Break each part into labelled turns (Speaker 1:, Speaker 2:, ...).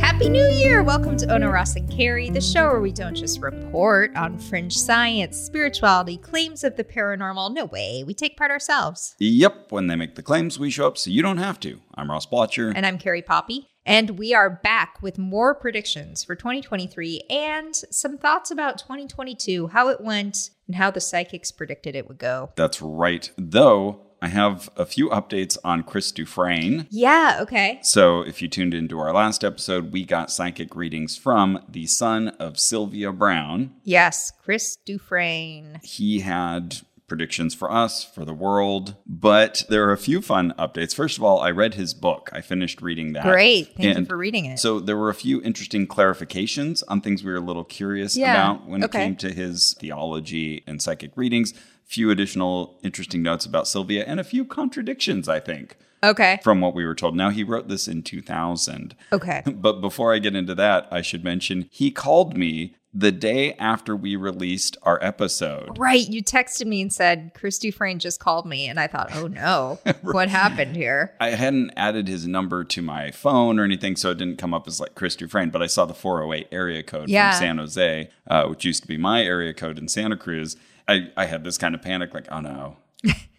Speaker 1: Happy New Year! Welcome to Ona Ross and Carrie, the show where we don't just report on fringe science, spirituality, claims of the paranormal. No way, we take part ourselves.
Speaker 2: Yep, when they make the claims, we show up so you don't have to. I'm Ross Blotcher.
Speaker 1: And I'm Carrie Poppy. And we are back with more predictions for 2023 and some thoughts about 2022, how it went, and how the psychics predicted it would go.
Speaker 2: That's right. Though, I have a few updates on Chris Dufresne.
Speaker 1: Yeah, okay.
Speaker 2: So, if you tuned into our last episode, we got psychic readings from the son of Sylvia Brown.
Speaker 1: Yes, Chris Dufresne.
Speaker 2: He had predictions for us, for the world, but there are a few fun updates. First of all, I read his book. I finished reading that.
Speaker 1: Great. Thank you
Speaker 2: Uh, And
Speaker 1: for reading it.
Speaker 2: So there were a few interesting clarifications on things we were a little curious
Speaker 1: Yeah,
Speaker 2: about when
Speaker 1: okay.
Speaker 2: it came to his theology and psychic readings. Few additional interesting notes about Sylvia and a few contradictions, I think,
Speaker 1: okay.
Speaker 2: from what we were told. Now he wrote this in 2000.
Speaker 1: Okay.
Speaker 2: But before I get into that, I should mention he called me the day after we released our episode.
Speaker 1: Right. You texted me and said, Chris Dufresne just called me. And I thought, oh no, what happened here?
Speaker 2: I hadn't added his number to my phone or anything, so it didn't come up as like Chris Dufresne, but I saw the 408 area code
Speaker 1: Yeah.
Speaker 2: from San Jose, uh, which used to be my area code in Santa Cruz. I, I had this kind of panic like, oh no,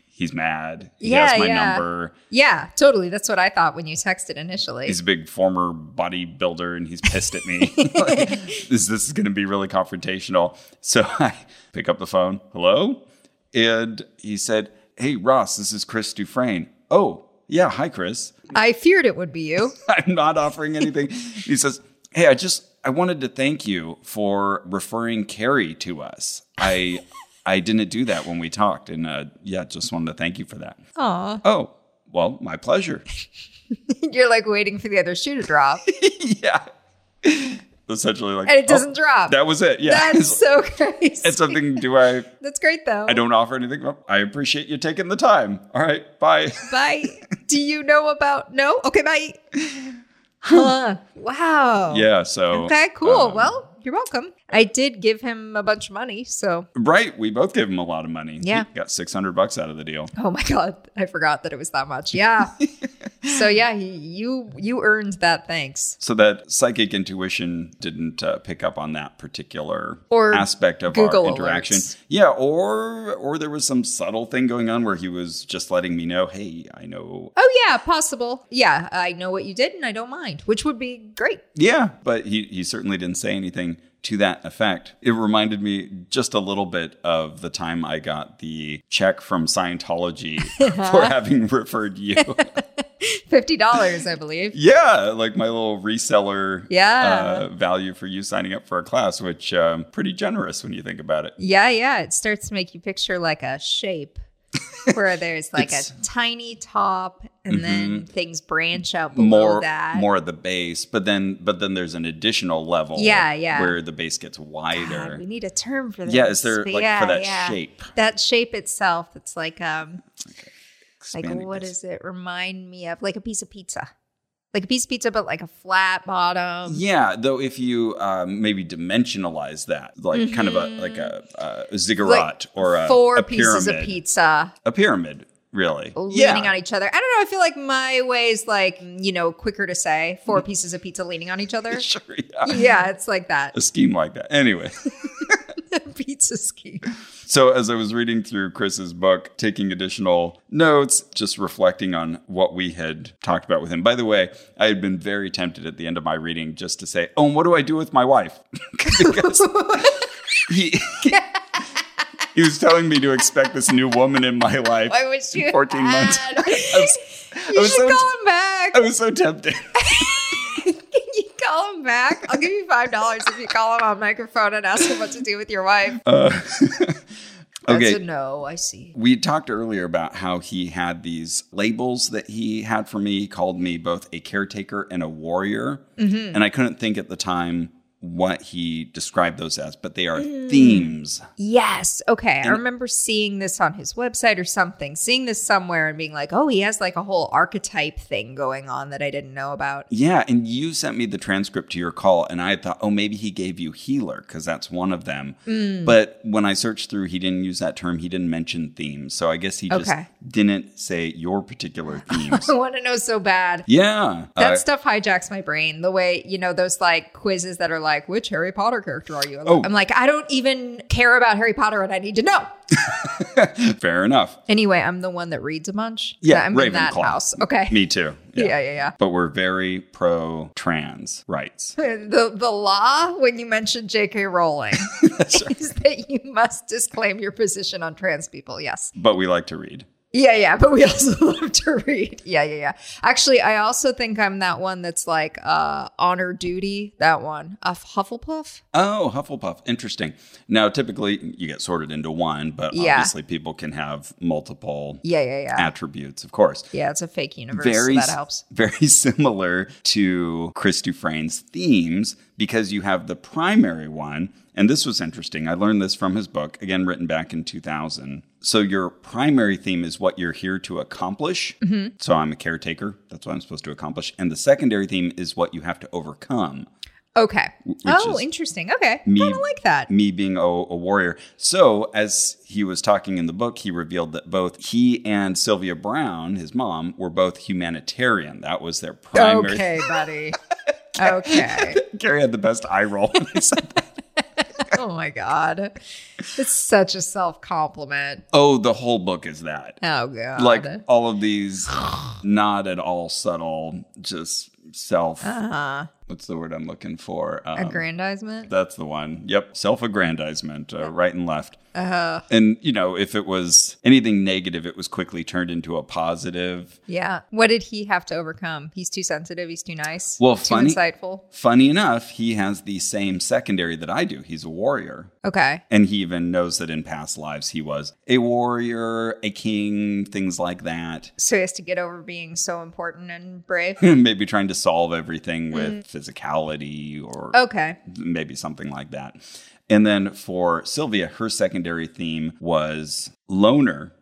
Speaker 2: he's mad. He
Speaker 1: Yeah,
Speaker 2: has my
Speaker 1: yeah.
Speaker 2: number.
Speaker 1: Yeah, totally. That's what I thought when you texted initially.
Speaker 2: He's a big former bodybuilder and he's pissed at me. Like, this, this is going to be really confrontational. So I pick up the phone. Hello? And he said, hey, Ross, this is Chris Dufresne. Oh, yeah. Hi, Chris.
Speaker 1: I feared it would be you.
Speaker 2: I'm not offering anything. he says, Hey, I just I wanted to thank you for referring Carrie to us. I I didn't do that when we talked, and uh, yeah, just wanted to thank you for that.
Speaker 1: Aw.
Speaker 2: Oh, well, my pleasure.
Speaker 1: You're like waiting for the other shoe to drop,
Speaker 2: yeah, essentially like,
Speaker 1: and it
Speaker 2: oh,
Speaker 1: doesn't drop.
Speaker 2: that was it. Yeah,
Speaker 1: That's so crazy.
Speaker 2: it's something. Do I?
Speaker 1: That's great, though.
Speaker 2: I don't offer anything. Well, I appreciate you taking the time. All right, bye.
Speaker 1: Bye. Do you know about? No? Okay, bye. Huh. Wow.
Speaker 2: Yeah. So
Speaker 1: Okay, cool.
Speaker 2: um,
Speaker 1: well, you're welcome. I did give him a bunch of money, so
Speaker 2: um, right. We both gave him a lot of money. He
Speaker 1: Yeah.
Speaker 2: got six hundred bucks out of the deal.
Speaker 1: Oh my god, I forgot that it was that much. Yeah. so yeah, he, you you earned that thanks.
Speaker 2: So that psychic intuition didn't uh, pick up on that particular
Speaker 1: Or
Speaker 2: aspect of
Speaker 1: Google
Speaker 2: our interaction.
Speaker 1: alerts.
Speaker 2: Yeah, or or there was some subtle thing going on where he was just letting me know, "Hey, I know."
Speaker 1: Oh yeah, possible. Yeah, I know what you did and I don't mind, which would be great.
Speaker 2: Yeah, but he he certainly didn't say anything to that effect. It reminded me just a little bit of the time I got the check from Scientology for having referred you.
Speaker 1: Fifty dollars, I believe.
Speaker 2: yeah, like my little reseller
Speaker 1: Yeah.
Speaker 2: uh, value for you signing up for a class, which um, pretty generous when you think about it.
Speaker 1: Yeah, yeah. It starts to make you picture like a shape where there's like a
Speaker 2: It's- Mm-hmm.
Speaker 1: tiny top and then things branch out below
Speaker 2: more
Speaker 1: that.
Speaker 2: more at the base but then but then there's an additional level
Speaker 1: Yeah, yeah.
Speaker 2: where the base gets
Speaker 1: God,
Speaker 2: wider
Speaker 1: we need a term for that.
Speaker 2: yeah is there like for that shape
Speaker 1: That shape itself, it's like um like
Speaker 2: Expanding
Speaker 1: what
Speaker 2: this.
Speaker 1: does it remind me of like a piece of pizza like a piece of pizza but like a flat bottom
Speaker 2: yeah though if you um, maybe dimensionalize that like kind of a like a, a ziggurat or a,
Speaker 1: Mm-hmm. four
Speaker 2: a
Speaker 1: pieces of
Speaker 2: pyramid.
Speaker 1: pizza
Speaker 2: a pyramid really
Speaker 1: leaning on each other i don't know i feel like my way is like mm, you know quicker to say four pieces of pizza leaning on each other
Speaker 2: sure yeah
Speaker 1: yeah it's like that
Speaker 2: a scheme like that anyway
Speaker 1: pizza scheme
Speaker 2: So, as I was reading through Chris's book, taking additional notes, just reflecting on what we had talked about with him. By the way, I had been very tempted at the end of my reading just to say, Oh, and what do I do with my wife? because he, he was telling me to expect this new woman in my life.
Speaker 1: i wish you
Speaker 2: 14 months.
Speaker 1: had.
Speaker 2: I was,
Speaker 1: you
Speaker 2: was
Speaker 1: should
Speaker 2: so-
Speaker 1: call him back
Speaker 2: I was so tempted.
Speaker 1: can you call him back i'll give you five dollars if you call him on microphone and ask him what to do with your wife
Speaker 2: Uh, okay.
Speaker 1: that's a no i see
Speaker 2: We talked earlier about how he had these labels that he had
Speaker 1: Mm-hmm.
Speaker 2: for me. He called me both a caretaker and a warrior. And I couldn't think at the time what he described those as, but they are themes.
Speaker 1: Yes. Okay. I
Speaker 2: And-
Speaker 1: remember seeing this on his website or something, seeing this somewhere and being like, oh, he has like a whole archetype thing going on that I didn't know about.
Speaker 2: Yeah, and you sent me the transcript to your call, and I thought, oh, maybe he gave you healer because that's one of them.
Speaker 1: Mm.
Speaker 2: But when I searched through, he didn't use that term. He didn't mention themes, so I guess he just
Speaker 1: Okay.
Speaker 2: didn't say your particular themes.
Speaker 1: I want to know so bad.
Speaker 2: yeah,
Speaker 1: That
Speaker 2: Uh,
Speaker 1: stuff hijacks my brain. The way, you know, those like quizzes that are like, which Harry Potter character are you? I'm,
Speaker 2: Oh.
Speaker 1: I'm like, I don't even care about Harry Potter and I need to know.
Speaker 2: Uh, fair enough.
Speaker 1: Anyway, I'm the one that reads a bunch.
Speaker 2: Yeah,
Speaker 1: I'm in that
Speaker 2: Ravenclaw.
Speaker 1: house. Okay.
Speaker 2: Me too.
Speaker 1: yeah, yeah. yeah.
Speaker 2: But we're very pro trans rights.
Speaker 1: the the law when you mention J.K. Rowling is that you must disclaim your position on trans people. Yes,
Speaker 2: But we like to read.
Speaker 1: yeah, yeah, but we also love to read. Yeah, yeah, yeah. Actually, I also think I'm that one that's like uh, honor duty. That one, a Hufflepuff.
Speaker 2: Oh, Hufflepuff. Interesting. Now, typically you get sorted into one, but
Speaker 1: Yeah.
Speaker 2: obviously people can have multiple
Speaker 1: Yeah, yeah, yeah.
Speaker 2: attributes, of course.
Speaker 1: yeah, it's a fake universe.
Speaker 2: Very,
Speaker 1: so that
Speaker 2: s-
Speaker 1: helps.
Speaker 2: very similar to Chris Dufresne's themes because you have the primary one. And this was interesting. I learned this from his book, again, written back in 2000. So, your primary theme is what you're here to accomplish.
Speaker 1: Mm-hmm.
Speaker 2: So, I'm a caretaker. That's what I'm supposed to accomplish. And the secondary theme is what you have to overcome.
Speaker 1: Okay. Oh,
Speaker 2: is
Speaker 1: interesting. Okay,
Speaker 2: me-
Speaker 1: kind of like that.
Speaker 2: me being a, a warrior. So, as he was talking in the book, he revealed that both he and Sylvia Brown, his mom, were both humanitarian. That was their primary.
Speaker 1: Okay, buddy. okay.
Speaker 2: Gary had the best eye roll. when I said that.
Speaker 1: Oh my god, it's such a self compliment.
Speaker 2: oh, the whole book is that.
Speaker 1: Oh god.
Speaker 2: Like all of these not at all subtle, just self.
Speaker 1: Uh-huh.
Speaker 2: What's the word I'm looking for? Um,
Speaker 1: Aggrandizement?
Speaker 2: That's the one. Yep. Self aggrandizement, uh, right and left.
Speaker 1: Uh,
Speaker 2: And, you know, if it was anything negative, it was quickly turned into a positive.
Speaker 1: yeah. What did he have to overcome? He's too sensitive. He's too nice.
Speaker 2: Well,
Speaker 1: too
Speaker 2: funny-
Speaker 1: insightful.
Speaker 2: Funny enough, he has the same secondary that I do. He's a warrior.
Speaker 1: Okay.
Speaker 2: And he even knows that in past lives he was a warrior, a king, things like that.
Speaker 1: So he has to get over being so important and brave.
Speaker 2: maybe trying to solve everything with physicality or
Speaker 1: Okay.
Speaker 2: maybe something like that. And then for Sylvia, her secondary theme was loner.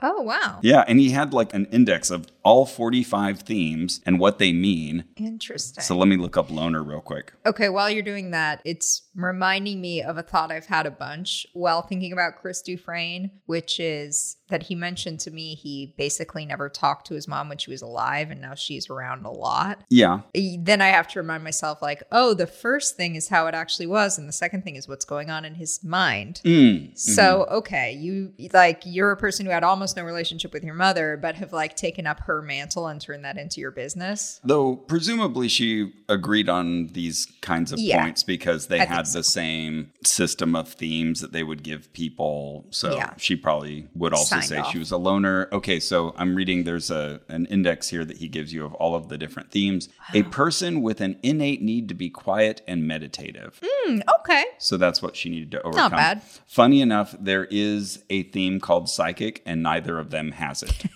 Speaker 1: Oh wow.
Speaker 2: Yeah. And he had like an index of all 45 themes and what they mean.
Speaker 1: Interesting.
Speaker 2: So let me look up loner real quick.
Speaker 1: okay, while you're doing that, it's reminding me of a thought I've had a bunch while thinking about Chris Dufresne, which is that he mentioned to me he basically never talked to his mom when she was alive and now she's around a lot.
Speaker 2: Yeah.
Speaker 1: then I have to remind myself, like, oh, the first thing is how it actually was, and the second thing is what's going on in his mind.
Speaker 2: Mm, mhm.
Speaker 1: So, okay, you like you're a person who had almost no relationship with your mother, but have like taken up her mantle and turned that into your business.
Speaker 2: Though presumably she agreed on these kinds of
Speaker 1: Yeah.
Speaker 2: points because they
Speaker 1: I think
Speaker 2: had the same system of themes that they would give people. So
Speaker 1: Yeah.
Speaker 2: she probably would also
Speaker 1: Signed
Speaker 2: say
Speaker 1: off.
Speaker 2: she was a loner. Okay, so I'm reading there's a an index here that he gives you of all of the different themes. A person with an innate need to be quiet and meditative.
Speaker 1: Hmm, okay.
Speaker 2: So that's what she needed to overcome.
Speaker 1: bad.
Speaker 2: Funny enough, there is a theme called psychic and neither of them has it.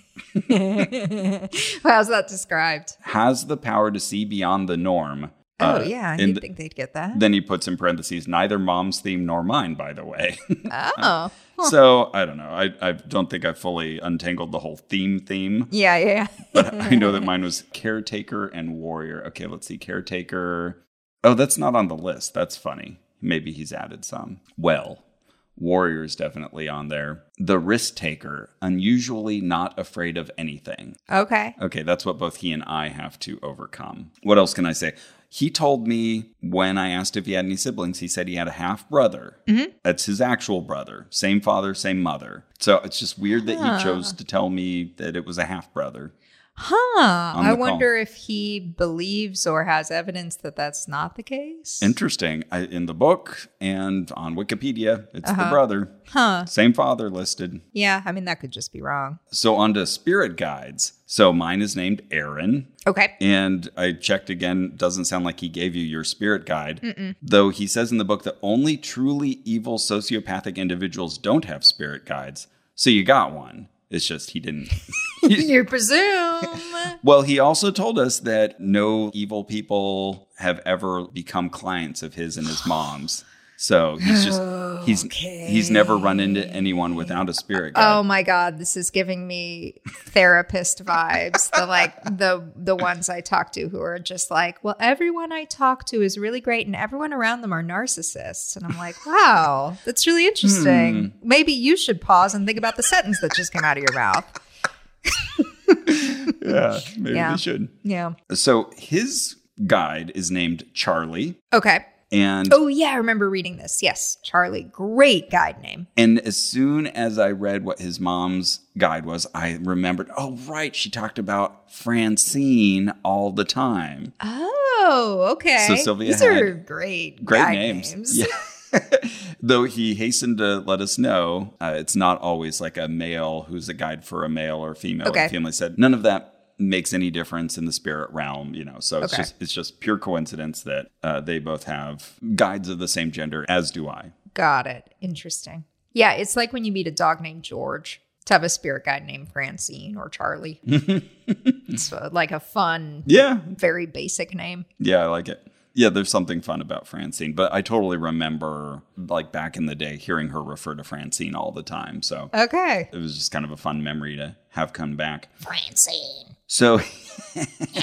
Speaker 1: How's that described?
Speaker 2: has the power to see beyond the norm.
Speaker 1: Oh,
Speaker 2: Uh,
Speaker 1: yeah, I
Speaker 2: in
Speaker 1: didn't
Speaker 2: the-
Speaker 1: think they'd get that.
Speaker 2: Then he puts in parentheses, neither mom's theme nor mine, by the uh, way.
Speaker 1: oh,
Speaker 2: so I don't know. I, I don't think I fully untangled the whole theme theme,
Speaker 1: yeah, yeah, yeah.
Speaker 2: but I know that mine was caretaker and warrior. Okay, let's see. Caretaker. Oh, that's not on the list. That's funny. Maybe he's added some. Well, warrior is definitely on there. The risk taker, unusually not afraid of anything.
Speaker 1: Okay.
Speaker 2: Okay, that's what both he and I have to overcome. What else can I say? He told me when I asked if he had any siblings, he said he had a half brother.
Speaker 1: Mm-hmm.
Speaker 2: That's his actual brother. Same father, same mother. So it's just weird that
Speaker 1: Ah.
Speaker 2: he chose to tell me that it was a half brother.
Speaker 1: Huh. I
Speaker 2: the call.
Speaker 1: wonder if he believes or has evidence that that's not the case.
Speaker 2: Interesting. I, in the book and on Wikipedia, it's the
Speaker 1: Uh-huh.
Speaker 2: brother.
Speaker 1: huh.
Speaker 2: Same father listed.
Speaker 1: Yeah. I mean, that could just be wrong.
Speaker 2: So on to spirit guides. So mine is named Aaron.
Speaker 1: Okay.
Speaker 2: And I checked again, doesn't sound like he gave you your spirit guide. Though he says in the book that only truly evil sociopathic individuals don't have spirit guides. So you got one. It's just he didn't.
Speaker 1: you presume.
Speaker 2: Well, he also told us that no evil people have ever become clients of his and his mom's. So he's just he's he's never run into anyone without a spirit guide.
Speaker 1: Oh my god, this is giving me therapist vibes. the like the the ones I talk to who are just like, well, everyone I talk to is really great, and everyone around them are narcissists. And I'm like, wow, that's really interesting. Maybe you should pause and think about the sentence that just came out of your mouth.
Speaker 2: yeah, maybe
Speaker 1: Yeah.
Speaker 2: they should.
Speaker 1: Yeah.
Speaker 2: So his guide is named Charlie,
Speaker 1: Okay.
Speaker 2: and
Speaker 1: Oh yeah, I remember reading this. Yes, Charlie, great guide name.
Speaker 2: And as soon as I read what his mom's guide was, I remembered, oh, right, she talked about Francine all the time.
Speaker 1: Oh, okay.
Speaker 2: So Sylvia
Speaker 1: These are
Speaker 2: had
Speaker 1: great,
Speaker 2: Great
Speaker 1: guide
Speaker 2: names.
Speaker 1: names.
Speaker 2: Yeah. Though he hastened to let us know uh, it's not always like a male who's a guide for a male or female.
Speaker 1: Okay.
Speaker 2: The family said none of that makes any difference in the spirit realm, you know. So it's
Speaker 1: Okay.
Speaker 2: just it's just pure coincidence that uh, they both have guides of the same gender, as do I.
Speaker 1: Got it. Interesting. Yeah, it's like when you meet a dog named George to have a spirit guide named Francine or Charlie. it's uh, like a fun,
Speaker 2: Yeah,
Speaker 1: very basic name.
Speaker 2: Yeah, I like it. Yeah, there's something fun about Francine, but I totally remember like back in the day hearing her refer to Francine all the time. So
Speaker 1: Okay.
Speaker 2: it was just kind of a fun memory to have come back.
Speaker 1: Francine.
Speaker 2: So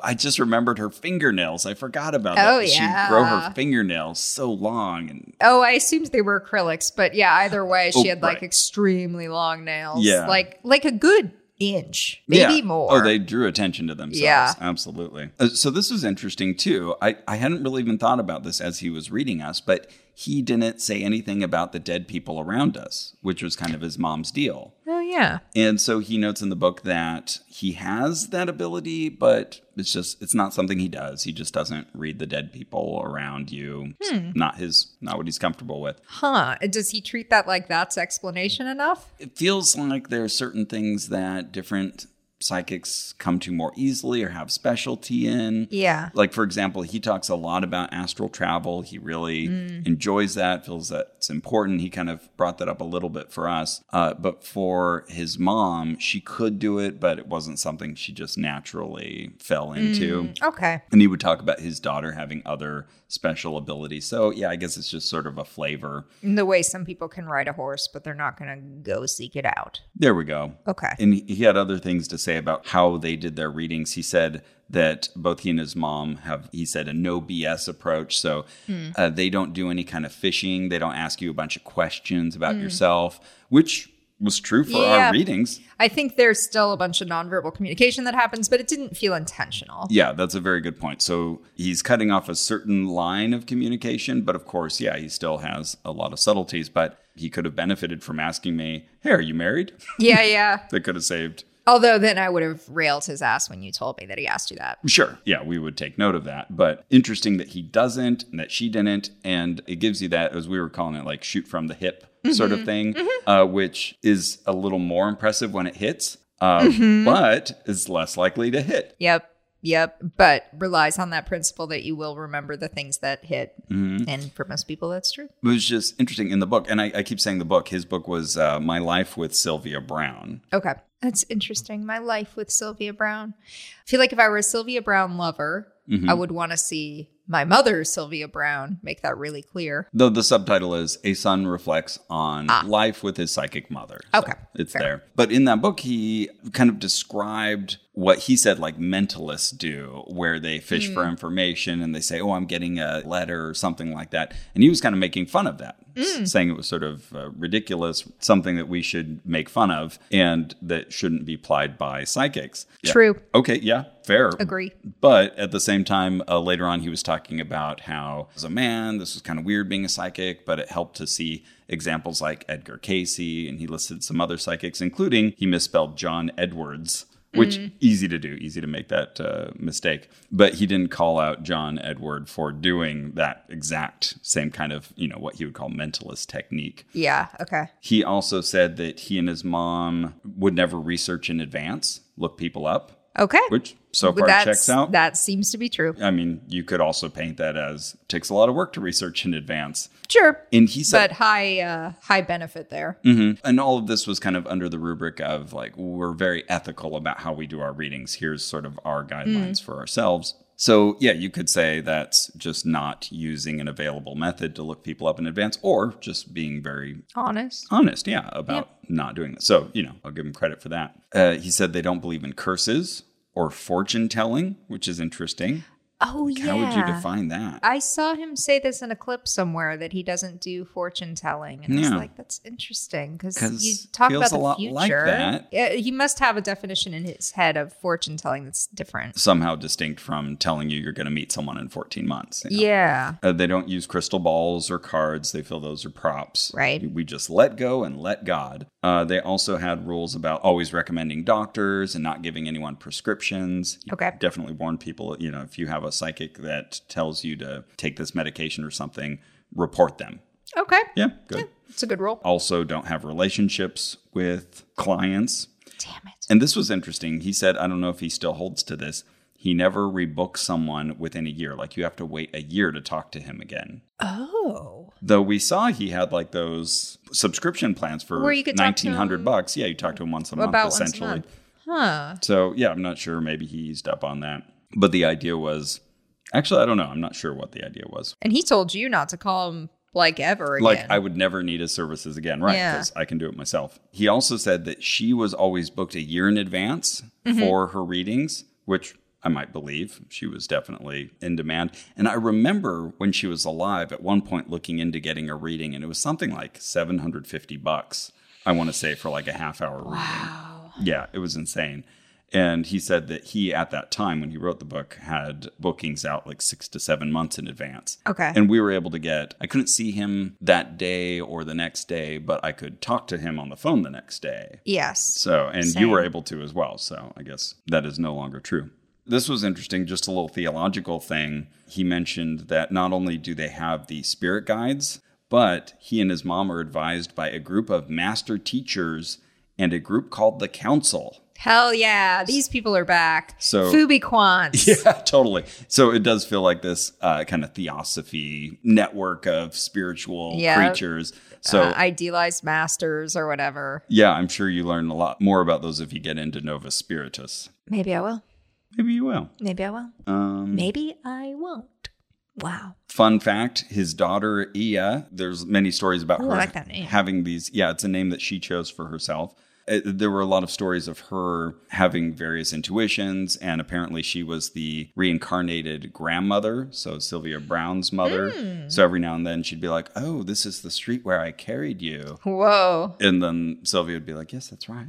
Speaker 2: I just remembered her fingernails. I forgot about that.
Speaker 1: Oh,
Speaker 2: She grow her
Speaker 1: yeah.
Speaker 2: fingernails so long and
Speaker 1: Oh, I assumed they were acrylics, but yeah, either way, she
Speaker 2: Oh,
Speaker 1: had like
Speaker 2: right.
Speaker 1: extremely long nails.
Speaker 2: Yeah.
Speaker 1: Like like a good inch, maybe
Speaker 2: Yeah.
Speaker 1: more.
Speaker 2: Oh, they drew attention to themselves.
Speaker 1: Yeah.
Speaker 2: Absolutely. Uh, So this was interesting too. I, I hadn't really even thought about this as he was reading us, but he didn't say anything about the dead people around us, which was kind of his mom's deal.
Speaker 1: Oh yeah.
Speaker 2: And so he notes in the book that he has that ability, but it's just it's not something he does. He just doesn't read the dead people around you. It's
Speaker 1: Hmm.
Speaker 2: not his not what he's comfortable with.
Speaker 1: Huh. Does he treat that like that's explanation enough?
Speaker 2: it feels like there are certain things that different psychics come to more easily or have specialty in.
Speaker 1: Yeah.
Speaker 2: Like, for example, he talks a lot about astral travel. He really enjoys that, feels that it's important. He kind of brought that up a little bit for us. Uh, but for his mom, she could do it, but it wasn't something she just naturally fell into.
Speaker 1: Okay.
Speaker 2: And he would talk about his daughter having other special abilities. So, yeah, I guess it's just sort of a flavor.
Speaker 1: In the way some people can ride a horse, but they're not gonna go seek it out.
Speaker 2: There we go.
Speaker 1: Okay.
Speaker 2: And he had other things to say about how they did their readings. He said that both he and his mom have, he said, a no BS approach. So uh, they don't do any kind of fishing. They don't ask you a bunch of questions about yourself, which was true for
Speaker 1: Yeah.
Speaker 2: our readings.
Speaker 1: I think there's still a bunch of nonverbal communication that happens, but it didn't feel intentional.
Speaker 2: Yeah, that's a very good point. So he's cutting off a certain line of communication, but of course, yeah, he still has a lot of subtleties. But he could have benefited from asking me, Hey, are you married?
Speaker 1: Yeah, yeah.
Speaker 2: That could have saved
Speaker 1: Although then I would have railed his ass when you told me that he asked you that.
Speaker 2: Sure. Yeah, we would take note of that. But interesting that he doesn't and that she didn't. And it gives you that, as we were calling it, like shoot from the hip sort of thing, uh, which is a little more impressive when it hits, uh, but is less likely to hit.
Speaker 1: Yep. Yep. But relies on that principle that you will remember the things that hit.
Speaker 2: Mm-hmm.
Speaker 1: And for most people, that's true.
Speaker 2: It was just interesting in the book. And I, I keep saying the book, his book was uh, My Life with Sylvia Brown.
Speaker 1: Okay. That's interesting. My life with Sylvia Brown. I feel like if I were a Sylvia Brown lover,
Speaker 2: Mm-hmm.
Speaker 1: I would want to see my mother, Sylvia Brown, make that really clear.
Speaker 2: Though the subtitle is A Son Reflects on Life with His Psychic Mother. So
Speaker 1: Ah. Okay,
Speaker 2: it's
Speaker 1: fair.
Speaker 2: there. But in that book, he kind of described what he said like mentalists do, where they fish
Speaker 1: Hmm.
Speaker 2: for information and they say, Oh, I'm getting a letter or something like that. And he was kind of making fun of that, s-
Speaker 1: Hmm.
Speaker 2: saying it was sort of uh, ridiculous, something that we should make fun of and that shouldn't be plied by psychics. Yeah.
Speaker 1: True.
Speaker 2: Okay, yeah, fair.
Speaker 1: Agree.
Speaker 2: But at the same time, uh, later on, he was talking about how, as a man, this was kind of weird being a psychic, but it helped to see examples like Edgar Casey, and he listed some other psychics, including he misspelled John Edwards, which easy to do, easy to make that uh, mistake. But he didn't call out John Edward for doing that exact same kind of, you know, what he would call mentalist technique.
Speaker 1: Yeah. Okay.
Speaker 2: He also said that he and his mom would never research in advance, look people up.
Speaker 1: Okay.
Speaker 2: which so
Speaker 1: But
Speaker 2: far
Speaker 1: that's-
Speaker 2: checks out.
Speaker 1: That seems to be true.
Speaker 2: I mean, you could also paint that as takes a lot of work to research in advance.
Speaker 1: Sure.
Speaker 2: And he said,
Speaker 1: But high uh, high benefit there.
Speaker 2: Mhm. and all of this was kind of under the rubric of like, we're very ethical about how we do our readings. Here's sort of our guidelines
Speaker 1: Mm.
Speaker 2: for ourselves. So, yeah, you could say that's just not using an available method to look people up in advance or just being very
Speaker 1: Honest.
Speaker 2: honest, yeah, about not doing this. So, you know, I'll give him credit for that. Uh, he said they don't believe in curses or fortune telling, which is interesting.
Speaker 1: Oh yeah.
Speaker 2: How would you define that?
Speaker 1: I saw him say this in a clip somewhere that he doesn't do fortune telling, and I was
Speaker 2: Yeah.
Speaker 1: like, "That's interesting because
Speaker 2: 'Cause
Speaker 1: you talk
Speaker 2: feels
Speaker 1: about
Speaker 2: a
Speaker 1: the
Speaker 2: lot
Speaker 1: future."
Speaker 2: like that.
Speaker 1: Yeah, he must have a definition in his head of fortune telling that's different.
Speaker 2: Somehow distinct from telling you you're going to meet someone in 14 months. you know?
Speaker 1: Yeah,
Speaker 2: Uh, they don't use crystal balls or cards. They feel those are props.
Speaker 1: Right.
Speaker 2: We just let go and let God. Uh, they also had rules about always recommending doctors and not giving anyone prescriptions.
Speaker 1: Okay.
Speaker 2: Definitely warn people, you know, if you have a psychic that tells you to take this medication or something, report them.
Speaker 1: okay,
Speaker 2: Yeah, Oh. good.
Speaker 1: it's a good rule.
Speaker 2: Also, don't have relationships with clients.
Speaker 1: Damn it!
Speaker 2: And this was interesting. He said, I don't know if he still holds to this. He never rebooks someone within a year. Like you have to wait a year to talk to him again.
Speaker 1: Oh,
Speaker 2: Though we saw he had like those subscription plans for
Speaker 1: Where you could talk to
Speaker 2: nineteen hundred
Speaker 1: him-
Speaker 2: bucks. Yeah, you talk to him once a month
Speaker 1: about once a
Speaker 2: essentially.
Speaker 1: month. huh?
Speaker 2: So yeah, I'm not sure. Maybe he eased up on that. But the idea was actually I don't know. I'm not sure what the idea was.
Speaker 1: And he told you not to call him like ever again.
Speaker 2: Like I would never need his services again, right?
Speaker 1: Yeah.
Speaker 2: Because I can do it myself. He also said that she was always booked a year in advance
Speaker 1: Mm-hmm.
Speaker 2: for her readings, which I might believe she was definitely in demand. And I remember when she was alive at one point looking into getting a reading, and it was something like 750 bucks, I want to say, for like a half hour
Speaker 1: wow.
Speaker 2: reading. Yeah, it was insane. And he said that he, at that time when he wrote the book, had bookings out like six to seven months in advance.
Speaker 1: Okay.
Speaker 2: And we were able to get, I couldn't see him that day or the next day, but I could talk to him on the phone the next day.
Speaker 1: yes.
Speaker 2: So, and you were
Speaker 1: Same.
Speaker 2: able to as well. So I guess that is no longer true. This was interesting, just a little theological thing. He mentioned that not only do they have the spirit guides, but he and his mom are advised by a group of master teachers and a group called the Council.
Speaker 1: Hell yeah! These people are back.
Speaker 2: So-
Speaker 1: Fubi Quants.
Speaker 2: Yeah, totally. So it does feel like this uh, kind of theosophy network of spiritual
Speaker 1: Yeah.
Speaker 2: creatures. So
Speaker 1: uh, idealized masters or whatever.
Speaker 2: yeah, I'm sure you learn a lot more about those if you get into Novus Spiritus.
Speaker 1: Maybe I will.
Speaker 2: Maybe you will.
Speaker 1: Maybe I will.
Speaker 2: Um,
Speaker 1: Maybe I won't. Wow.
Speaker 2: Fun fact: His daughter Ia. There's many stories about
Speaker 1: Ooh,
Speaker 2: her
Speaker 1: I like that name.
Speaker 2: having these. Yeah, it's a name that she chose for herself. Uh, there were a lot of stories of her having various intuitions, and apparently she was the reincarnated grandmother, so Sylvia Brown's mother.
Speaker 1: Hmm.
Speaker 2: So every now and then she'd be like, "Oh, this is the street where I carried you,"
Speaker 1: Whoa.
Speaker 2: and then Sylvia would be like, "Yes, that's right."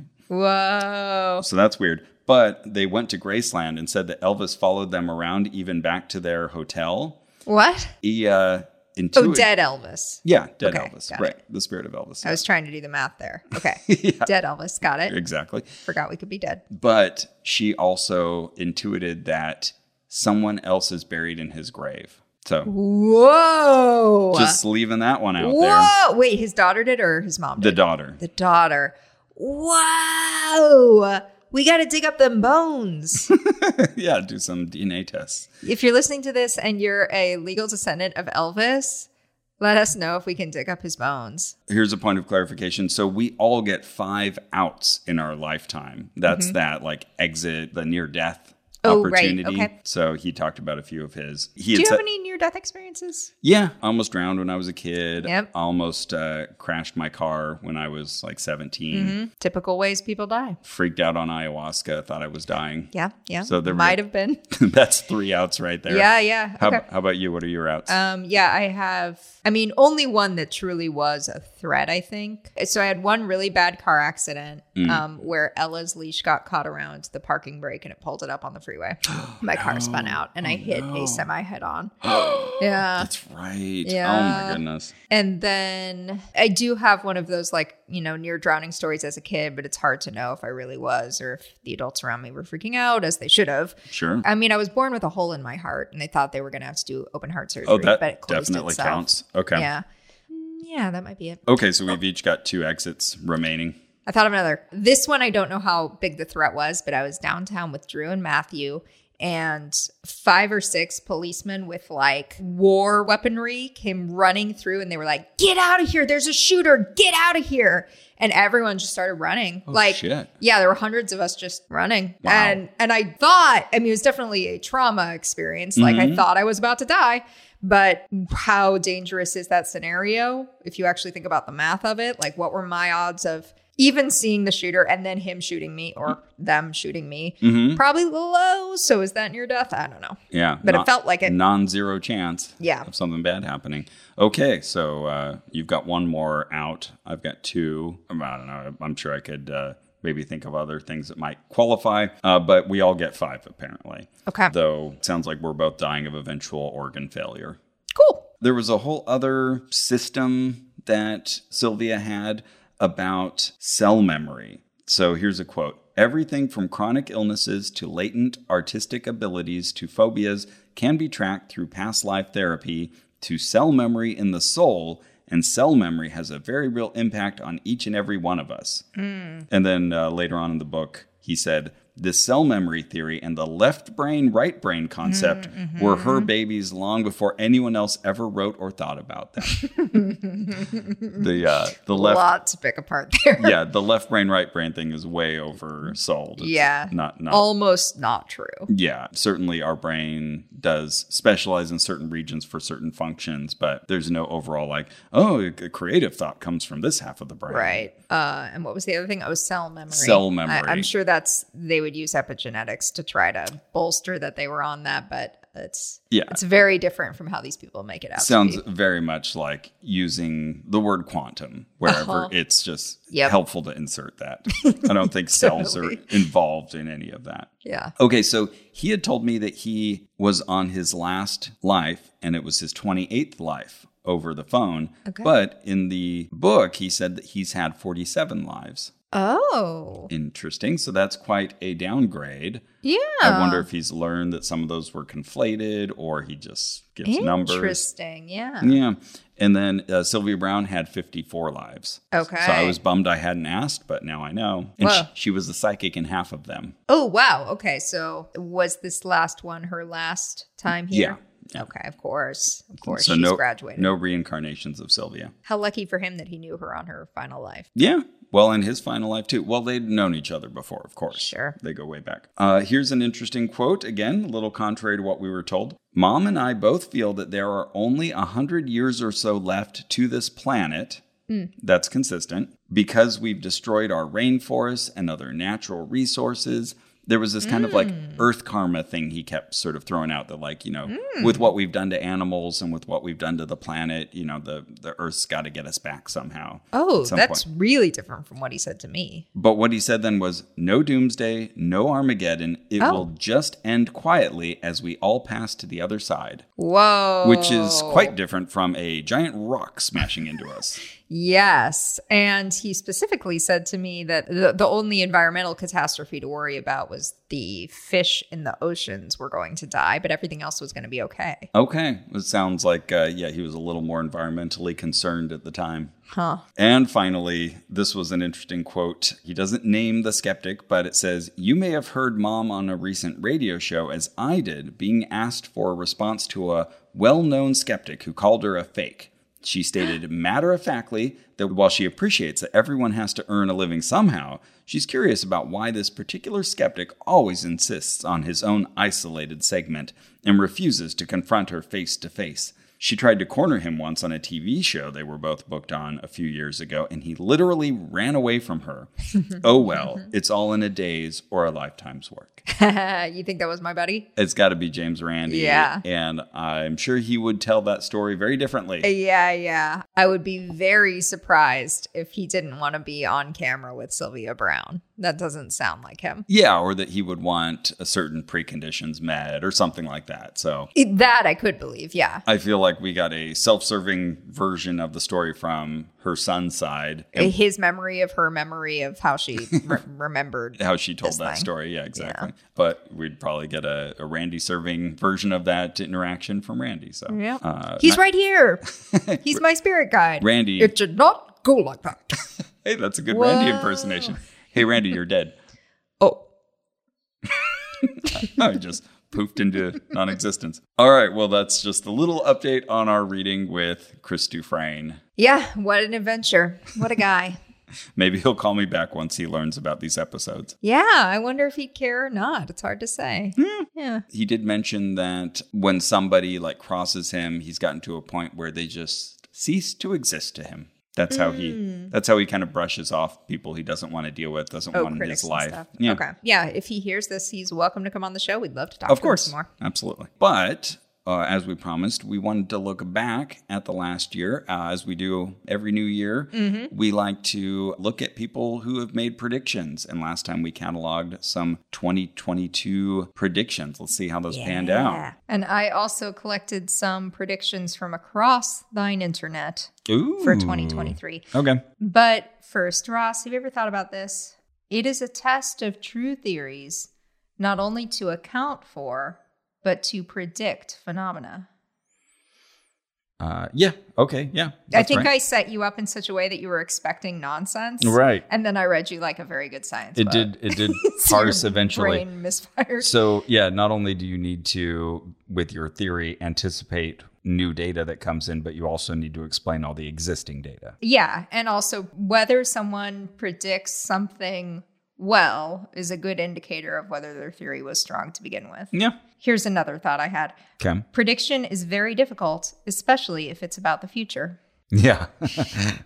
Speaker 1: Whoa.
Speaker 2: So that's weird. But they went to Graceland and said that Elvis followed them around even back to their hotel.
Speaker 1: What?
Speaker 2: He uh, intuited.
Speaker 1: Oh, dead Elvis.
Speaker 2: Yeah, dead
Speaker 1: Okay,
Speaker 2: Elvis.
Speaker 1: got
Speaker 2: Right. The spirit of Elvis.
Speaker 1: I was trying to do the math there. Okay.
Speaker 2: yeah,
Speaker 1: Dead Elvis. Got it.
Speaker 2: exactly.
Speaker 1: Forgot we could be dead.
Speaker 2: But she also intuited that someone else is buried in his grave. So
Speaker 1: Whoa.
Speaker 2: just leaving that one out there.
Speaker 1: Whoa. Wait, his daughter did or his mom
Speaker 2: The
Speaker 1: did?
Speaker 2: daughter.
Speaker 1: The daughter. Wow. We got to dig up them bones.
Speaker 2: yeah, do some DNA tests.
Speaker 1: if you're listening to this and you're a legal descendant of Elvis, let us know if we can dig up his bones.
Speaker 2: Here's a point of clarification. So we all get five outs in our lifetime. That's that like exit, the near death
Speaker 1: Mm-hmm. Oh, right,
Speaker 2: opportunity.
Speaker 1: okay.
Speaker 2: So he talked about a few of his.
Speaker 1: Do
Speaker 2: He had
Speaker 1: you
Speaker 2: said-
Speaker 1: have any near death experiences?
Speaker 2: Yeah, I almost drowned when I was a kid.
Speaker 1: Yep.
Speaker 2: Almost uh, crashed my car when I was like 17.
Speaker 1: Mm-hmm. Hmm? Typical ways people die.
Speaker 2: Freaked out on ayahuasca, thought I was dying.
Speaker 1: Yeah, yeah.
Speaker 2: So there were-
Speaker 1: might have been.
Speaker 2: That's three outs right there.
Speaker 1: Yeah, yeah.
Speaker 2: How,
Speaker 1: okay.
Speaker 2: how about you? What are your outs?
Speaker 1: Um, yeah, I have. I mean, only one that truly was a threat, I think. So I had one really bad car accident um, where Ella's leash got caught around the parking brake and it pulled it up on the freeway. My car spun out and I hit a semi head on. yeah.
Speaker 2: That's right. Oh my
Speaker 1: yeah.
Speaker 2: goodness.
Speaker 1: And then I do have one of those, like, you know, near drowning stories as a kid, but it's hard to know if I really was or if the adults around me were freaking out as they should have.
Speaker 2: Sure.
Speaker 1: I mean, I was born with a hole in my heart and they thought they were going to have to do open heart surgery,
Speaker 2: oh, that
Speaker 1: but it closed
Speaker 2: definitely
Speaker 1: itself.
Speaker 2: counts. Okay.
Speaker 1: Yeah. Mm, Yeah, that might be it.
Speaker 2: Okay, so we've each got two exits remaining.
Speaker 1: I thought of another. This one, I don't know how big the threat was, but I was downtown with Drew and Matthew and five or six policemen with like war weaponry came running through and they were like, Get out of here. There's a shooter. Get out of here. And everyone just started running.
Speaker 2: Oh,
Speaker 1: like,
Speaker 2: shit.
Speaker 1: yeah, there were hundreds of us just running.
Speaker 2: Wow.
Speaker 1: And and I thought, I mean, it was definitely a trauma experience. Like I
Speaker 2: Mhm.
Speaker 1: thought I was about to die. But how dangerous is that scenario if you actually think about the math of it? Like, what were my odds of even seeing the shooter and then him shooting me or them shooting me?
Speaker 2: Mm-hmm.
Speaker 1: Probably low. So, is that near death? I don't know.
Speaker 2: Yeah.
Speaker 1: But
Speaker 2: non-
Speaker 1: it felt like it.
Speaker 2: non-zero chance
Speaker 1: Yeah.
Speaker 2: of something bad happening. Okay, so uh, you've got one more out. I've got two. Um, I don't know. I'm sure I could uh, maybe think of other things that might qualify. Uh, but we all get five apparently.
Speaker 1: Okay.
Speaker 2: Though it sounds like we're both dying of eventual organ failure.
Speaker 1: Cool.
Speaker 2: There was a whole other system that Sylvia had about cell memory. So here's a quote Everything from chronic illnesses to latent artistic abilities to phobias can be tracked through past life therapy to cell memory in the soul, and cell memory has a very real impact on each and every one of us. And then uh, later on in the book, he said, the cell memory theory and the left brain, right brain concept
Speaker 1: Mm-hmm.
Speaker 2: were her babies long before anyone else ever wrote or thought about them. the uh, the
Speaker 1: Lots
Speaker 2: left,
Speaker 1: Lot to pick apart there.
Speaker 2: yeah, the left brain, right brain thing is way oversold. It's
Speaker 1: Yeah.
Speaker 2: not not
Speaker 1: Almost not true.
Speaker 2: yeah, certainly our brain does specialize in certain regions for certain functions, but there's no overall like, oh, a creative thought comes from this half of the brain.
Speaker 1: Right. Uh, and what was the other thing? Oh, cell memory.
Speaker 2: Cell memory.
Speaker 1: I, am sure that's they would use epigenetics to try to bolster that they were on that, but it's
Speaker 2: Yeah.
Speaker 1: it's very different from how these people make it out. to
Speaker 2: sounds
Speaker 1: be.
Speaker 2: very much like using the word quantum wherever
Speaker 1: Uh-huh.
Speaker 2: it's just
Speaker 1: Yep.
Speaker 2: helpful to insert that. I don't think cells are
Speaker 1: Totally.
Speaker 2: involved in any of that.
Speaker 1: yeah.
Speaker 2: Okay, so he had told me that he was on his last life and it was his 28th life over the phone.
Speaker 1: Okay.
Speaker 2: But in the book, he said that he's had 47 lives.
Speaker 1: Oh.
Speaker 2: Interesting. So that's quite a downgrade.
Speaker 1: Yeah.
Speaker 2: I wonder if he's learned that some of those were conflated or he just gives numbers.
Speaker 1: Interesting. Yeah.
Speaker 2: Yeah. And then uh, Sylvia Brown had 54 lives.
Speaker 1: Okay.
Speaker 2: So I was bummed I hadn't asked, but now I know. And
Speaker 1: Whoa.
Speaker 2: she, she was the psychic in half of them.
Speaker 1: Oh wow. Okay. So was this last one her last time here?
Speaker 2: Yeah.
Speaker 1: Okay. Of course. Of course.
Speaker 2: so
Speaker 1: She's
Speaker 2: no,
Speaker 1: graduated.
Speaker 2: no reincarnations of Sylvia.
Speaker 1: How lucky for him that he knew her on her final life.
Speaker 2: Yeah. Well, in his final life, too. Well, they'd known each other before, of course.
Speaker 1: Sure.
Speaker 2: They go way back. Uh, here's an interesting quote, again, a little contrary to what we were told. Mom and I both feel that there are only a 100 years or so left to this planet. That's consistent. Because we've destroyed our rainforests and other natural resources. There was this kind of like earth karma thing he kept sort of throwing out that, like, you know, with what we've done to animals and with what we've done to the planet, you know, the, the earth's got to get us back somehow.
Speaker 1: Oh,
Speaker 2: at some
Speaker 1: that's really different from what he said to me.
Speaker 2: But what he said then was no doomsday, no Armageddon. It
Speaker 1: Oh.
Speaker 2: will just end quietly as we all pass to the other side,
Speaker 1: Whoa.
Speaker 2: which is
Speaker 1: Oh.
Speaker 2: quite different from a giant rock smashing into us.
Speaker 1: Yes. And he specifically said to me that the, the only environmental catastrophe to worry about was the fish in the oceans were going to die, but everything else was going to be okay.
Speaker 2: Okay, it sounds like, uh, yeah, he was a little more environmentally concerned at the time.
Speaker 1: Huh.
Speaker 2: And finally, this was an interesting quote. He doesn't name the skeptic, but it says, You may have heard mom on a recent radio show, as I did, being asked for a response to a well known skeptic who called her a fake. She stated matter of factly that while she appreciates that everyone has to earn a living somehow, she's curious about why this particular skeptic always insists on his own isolated segment and refuses to confront her face to face. She tried to corner him once on a TV show they were both booked on a few years ago, and he literally ran away from her. oh well, it's all in a day's or a lifetime's work.
Speaker 1: you think that was my buddy?
Speaker 2: It's got to be James Randi.
Speaker 1: Yeah.
Speaker 2: And I'm sure he would tell that story very differently.
Speaker 1: Yeah, yeah. I would be very surprised if he didn't want to be on camera with Sylvia Brown. That doesn't sound like him.
Speaker 2: Yeah, or that he would want a certain preconditions met or something like that. So
Speaker 1: It- that I could believe. Yeah.
Speaker 2: I feel like we got a self serving version of the story from her son's side. and
Speaker 1: his memory of her memory of how she re- remembered.
Speaker 2: how she told
Speaker 1: This
Speaker 2: that
Speaker 1: thing.
Speaker 2: story. Yeah, exactly. But we'd probably get a, a Randy serving version of that interaction from Randy. So
Speaker 1: Yeah.
Speaker 2: uh,
Speaker 1: He's right here. He's my spirit guide.
Speaker 2: Randy-
Speaker 1: It should not go like that.
Speaker 2: Hey, that's a good
Speaker 1: Whoa.
Speaker 2: Randy impersonation. Hey, Randy, you're dead.
Speaker 1: Oh,
Speaker 2: I just poofed into non existence. All right. Well, that's just a little update on our reading with Chris Dufresne.
Speaker 1: yeah. What an adventure. What a guy.
Speaker 2: Maybe he'll call me back once he learns about these episodes.
Speaker 1: yeah. I wonder if he'd care or not. It's hard to say.
Speaker 2: Hmm.
Speaker 1: Yeah.
Speaker 2: He did mention that when somebody like crosses him, he's gotten to a point where they just cease to exist to him. That's how he that's how he kind of brushes off people he doesn't want to deal with, doesn't
Speaker 1: Mm. Oh,
Speaker 2: want in
Speaker 1: critics
Speaker 2: his
Speaker 1: and
Speaker 2: life.
Speaker 1: stuff.
Speaker 2: Yeah.
Speaker 1: Okay. Yeah. If he hears this, he's welcome to come on the show. We'd love to talk
Speaker 2: Of
Speaker 1: to
Speaker 2: course.
Speaker 1: him some more.
Speaker 2: Absolutely. But uh, as we promised, we wanted to look back at the last year. Uh, as we do every new year,
Speaker 1: Mm-hmm.
Speaker 2: we like to look at people who have made predictions. And last time we cataloged some 2022 predictions. Let's see how those panned out.
Speaker 1: And I also collected some predictions from across thine internet
Speaker 2: Ooh.
Speaker 1: for 2023.
Speaker 2: Okay.
Speaker 1: But first, Ross, have you ever thought about this? It is a test of true theories, not only to account for, but to predict phenomena.
Speaker 2: Uh, yeah. Okay. Yeah.
Speaker 1: I think I set you up in such a way that you were expecting nonsense.
Speaker 2: Right.
Speaker 1: And then I read you like a very good science.
Speaker 2: It
Speaker 1: book.
Speaker 2: did. It did
Speaker 1: So your
Speaker 2: parse eventually.
Speaker 1: Brain misfired.
Speaker 2: So, yeah, not only do you need to, with your theory, anticipate new data that comes in, but you also need to explain all the existing data.
Speaker 1: Yeah. And also, whether someone predicts something well is a good indicator of whether their theory was strong to begin with.
Speaker 2: Yeah.
Speaker 1: Here's another thought I had
Speaker 2: Okay.
Speaker 1: prediction is very difficult, especially if it's about the future.
Speaker 2: Yeah.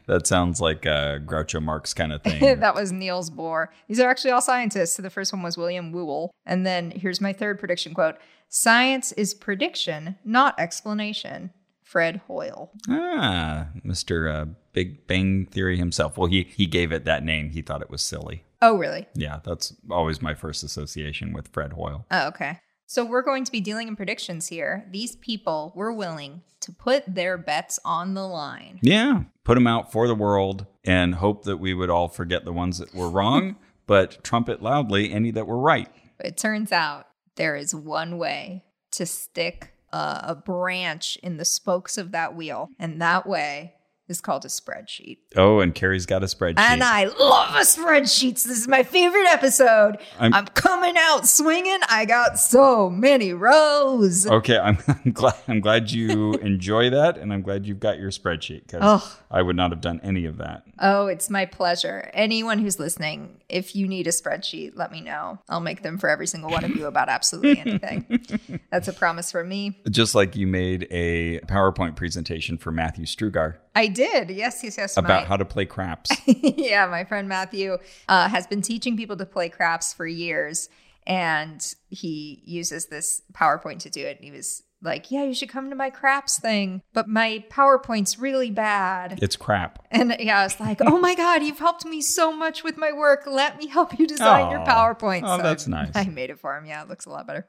Speaker 2: that sounds like a Groucho Marx kind of thing.
Speaker 1: that was Niels Bohr. These are actually all scientists. So the first one was William Whewell. And then here's my third prediction quote Science is prediction, not explanation. Fred Hoyle.
Speaker 2: ah, Mr. Uh, Big Bang Theory himself. Well, he, he gave it that name. He thought it was silly.
Speaker 1: Oh, really?
Speaker 2: Yeah, that's always my first association with Fred Hoyle.
Speaker 1: Oh, okay. So we're going to be dealing in predictions here. These people were willing to put their bets on the line.
Speaker 2: Yeah. Put them out for the world and hope that we would all forget the ones that were wrong, but trumpet loudly any that were right.
Speaker 1: But it turns out there is one way to stick a, a branch in the spokes of that wheel, and that way is called a spreadsheet.
Speaker 2: Oh, and Carrie's got a spreadsheet.
Speaker 1: And I love a spreadsheets. This is my favorite episode.
Speaker 2: I'm-
Speaker 1: I'm, coming out swinging. I got so many rows.
Speaker 2: okay, I'm, I'm glad I'm glad you enjoy that, and I'm glad you've got your spreadsheet because
Speaker 1: Ugh.
Speaker 2: I would not have done any of that.
Speaker 1: Oh, it's my pleasure. Anyone who's listening, if you need a spreadsheet, let me know. I'll make them for every single one of you about absolutely anything. That's a promise from me.
Speaker 2: Just like you made a PowerPoint presentation for Matthew Strugar
Speaker 1: I did. Yes, yes, yes.
Speaker 2: about
Speaker 1: my-
Speaker 2: how to play craps.
Speaker 1: yeah, my friend Matthew uh, has been teaching people to play craps for years, and he uses this PowerPoint to do it. And he was like, "Yeah, you should come to my craps thing, but my PowerPoint's really bad."
Speaker 2: it's crap.
Speaker 1: And yeah, I was like, "Oh my god, you've helped me so much with my work. Let me help you design your
Speaker 2: Aw.
Speaker 1: PowerPoint."
Speaker 2: Oh,
Speaker 1: So
Speaker 2: that's
Speaker 1: I-
Speaker 2: nice.
Speaker 1: I made it for him. Yeah, it looks a lot better.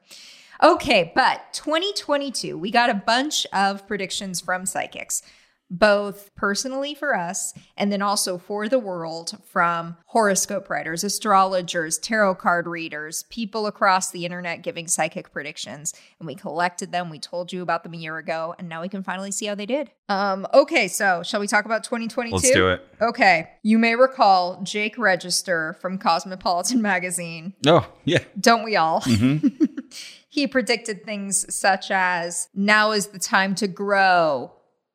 Speaker 1: Okay, but 2022, we got a bunch of predictions from psychics, both personally for us and then also for the world from horoscope writers, astrologers, tarot card readers, people across the internet giving psychic predictions. And we collected them. We told you about them a year ago, and now we can finally see how they did. Um, okay, so shall we talk about 2022?
Speaker 2: Let's do it.
Speaker 1: Okay, you may recall Jake Register from Cosmopolitan Magazine
Speaker 2: Oh, yeah.
Speaker 1: don't we all? he predicted things such as now is the time to grow,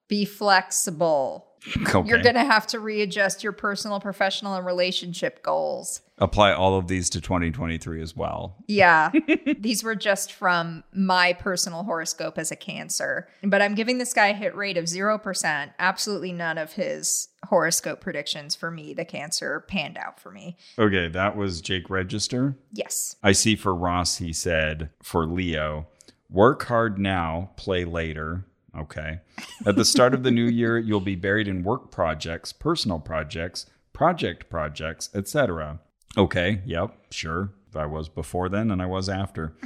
Speaker 1: be flexible.
Speaker 2: Okay.
Speaker 1: You're going to have to readjust your personal, professional, and relationship goals.
Speaker 2: Apply all of these to 2023 as well.
Speaker 1: Yeah. These were just from my personal horoscope as a cancer. But I'm giving this guy a hit rate of 0%. Absolutely none of his horoscope predictions for me, the cancer, panned out for me.
Speaker 2: Okay, that was Jake Register.
Speaker 1: Yes.
Speaker 2: I see for Ross, he said, for Leo, work hard now, play later. Okay. At the start of the new year, you'll be buried in work projects, personal projects, project projects, etc. Okay. Yep. Sure. I was before then and I was after.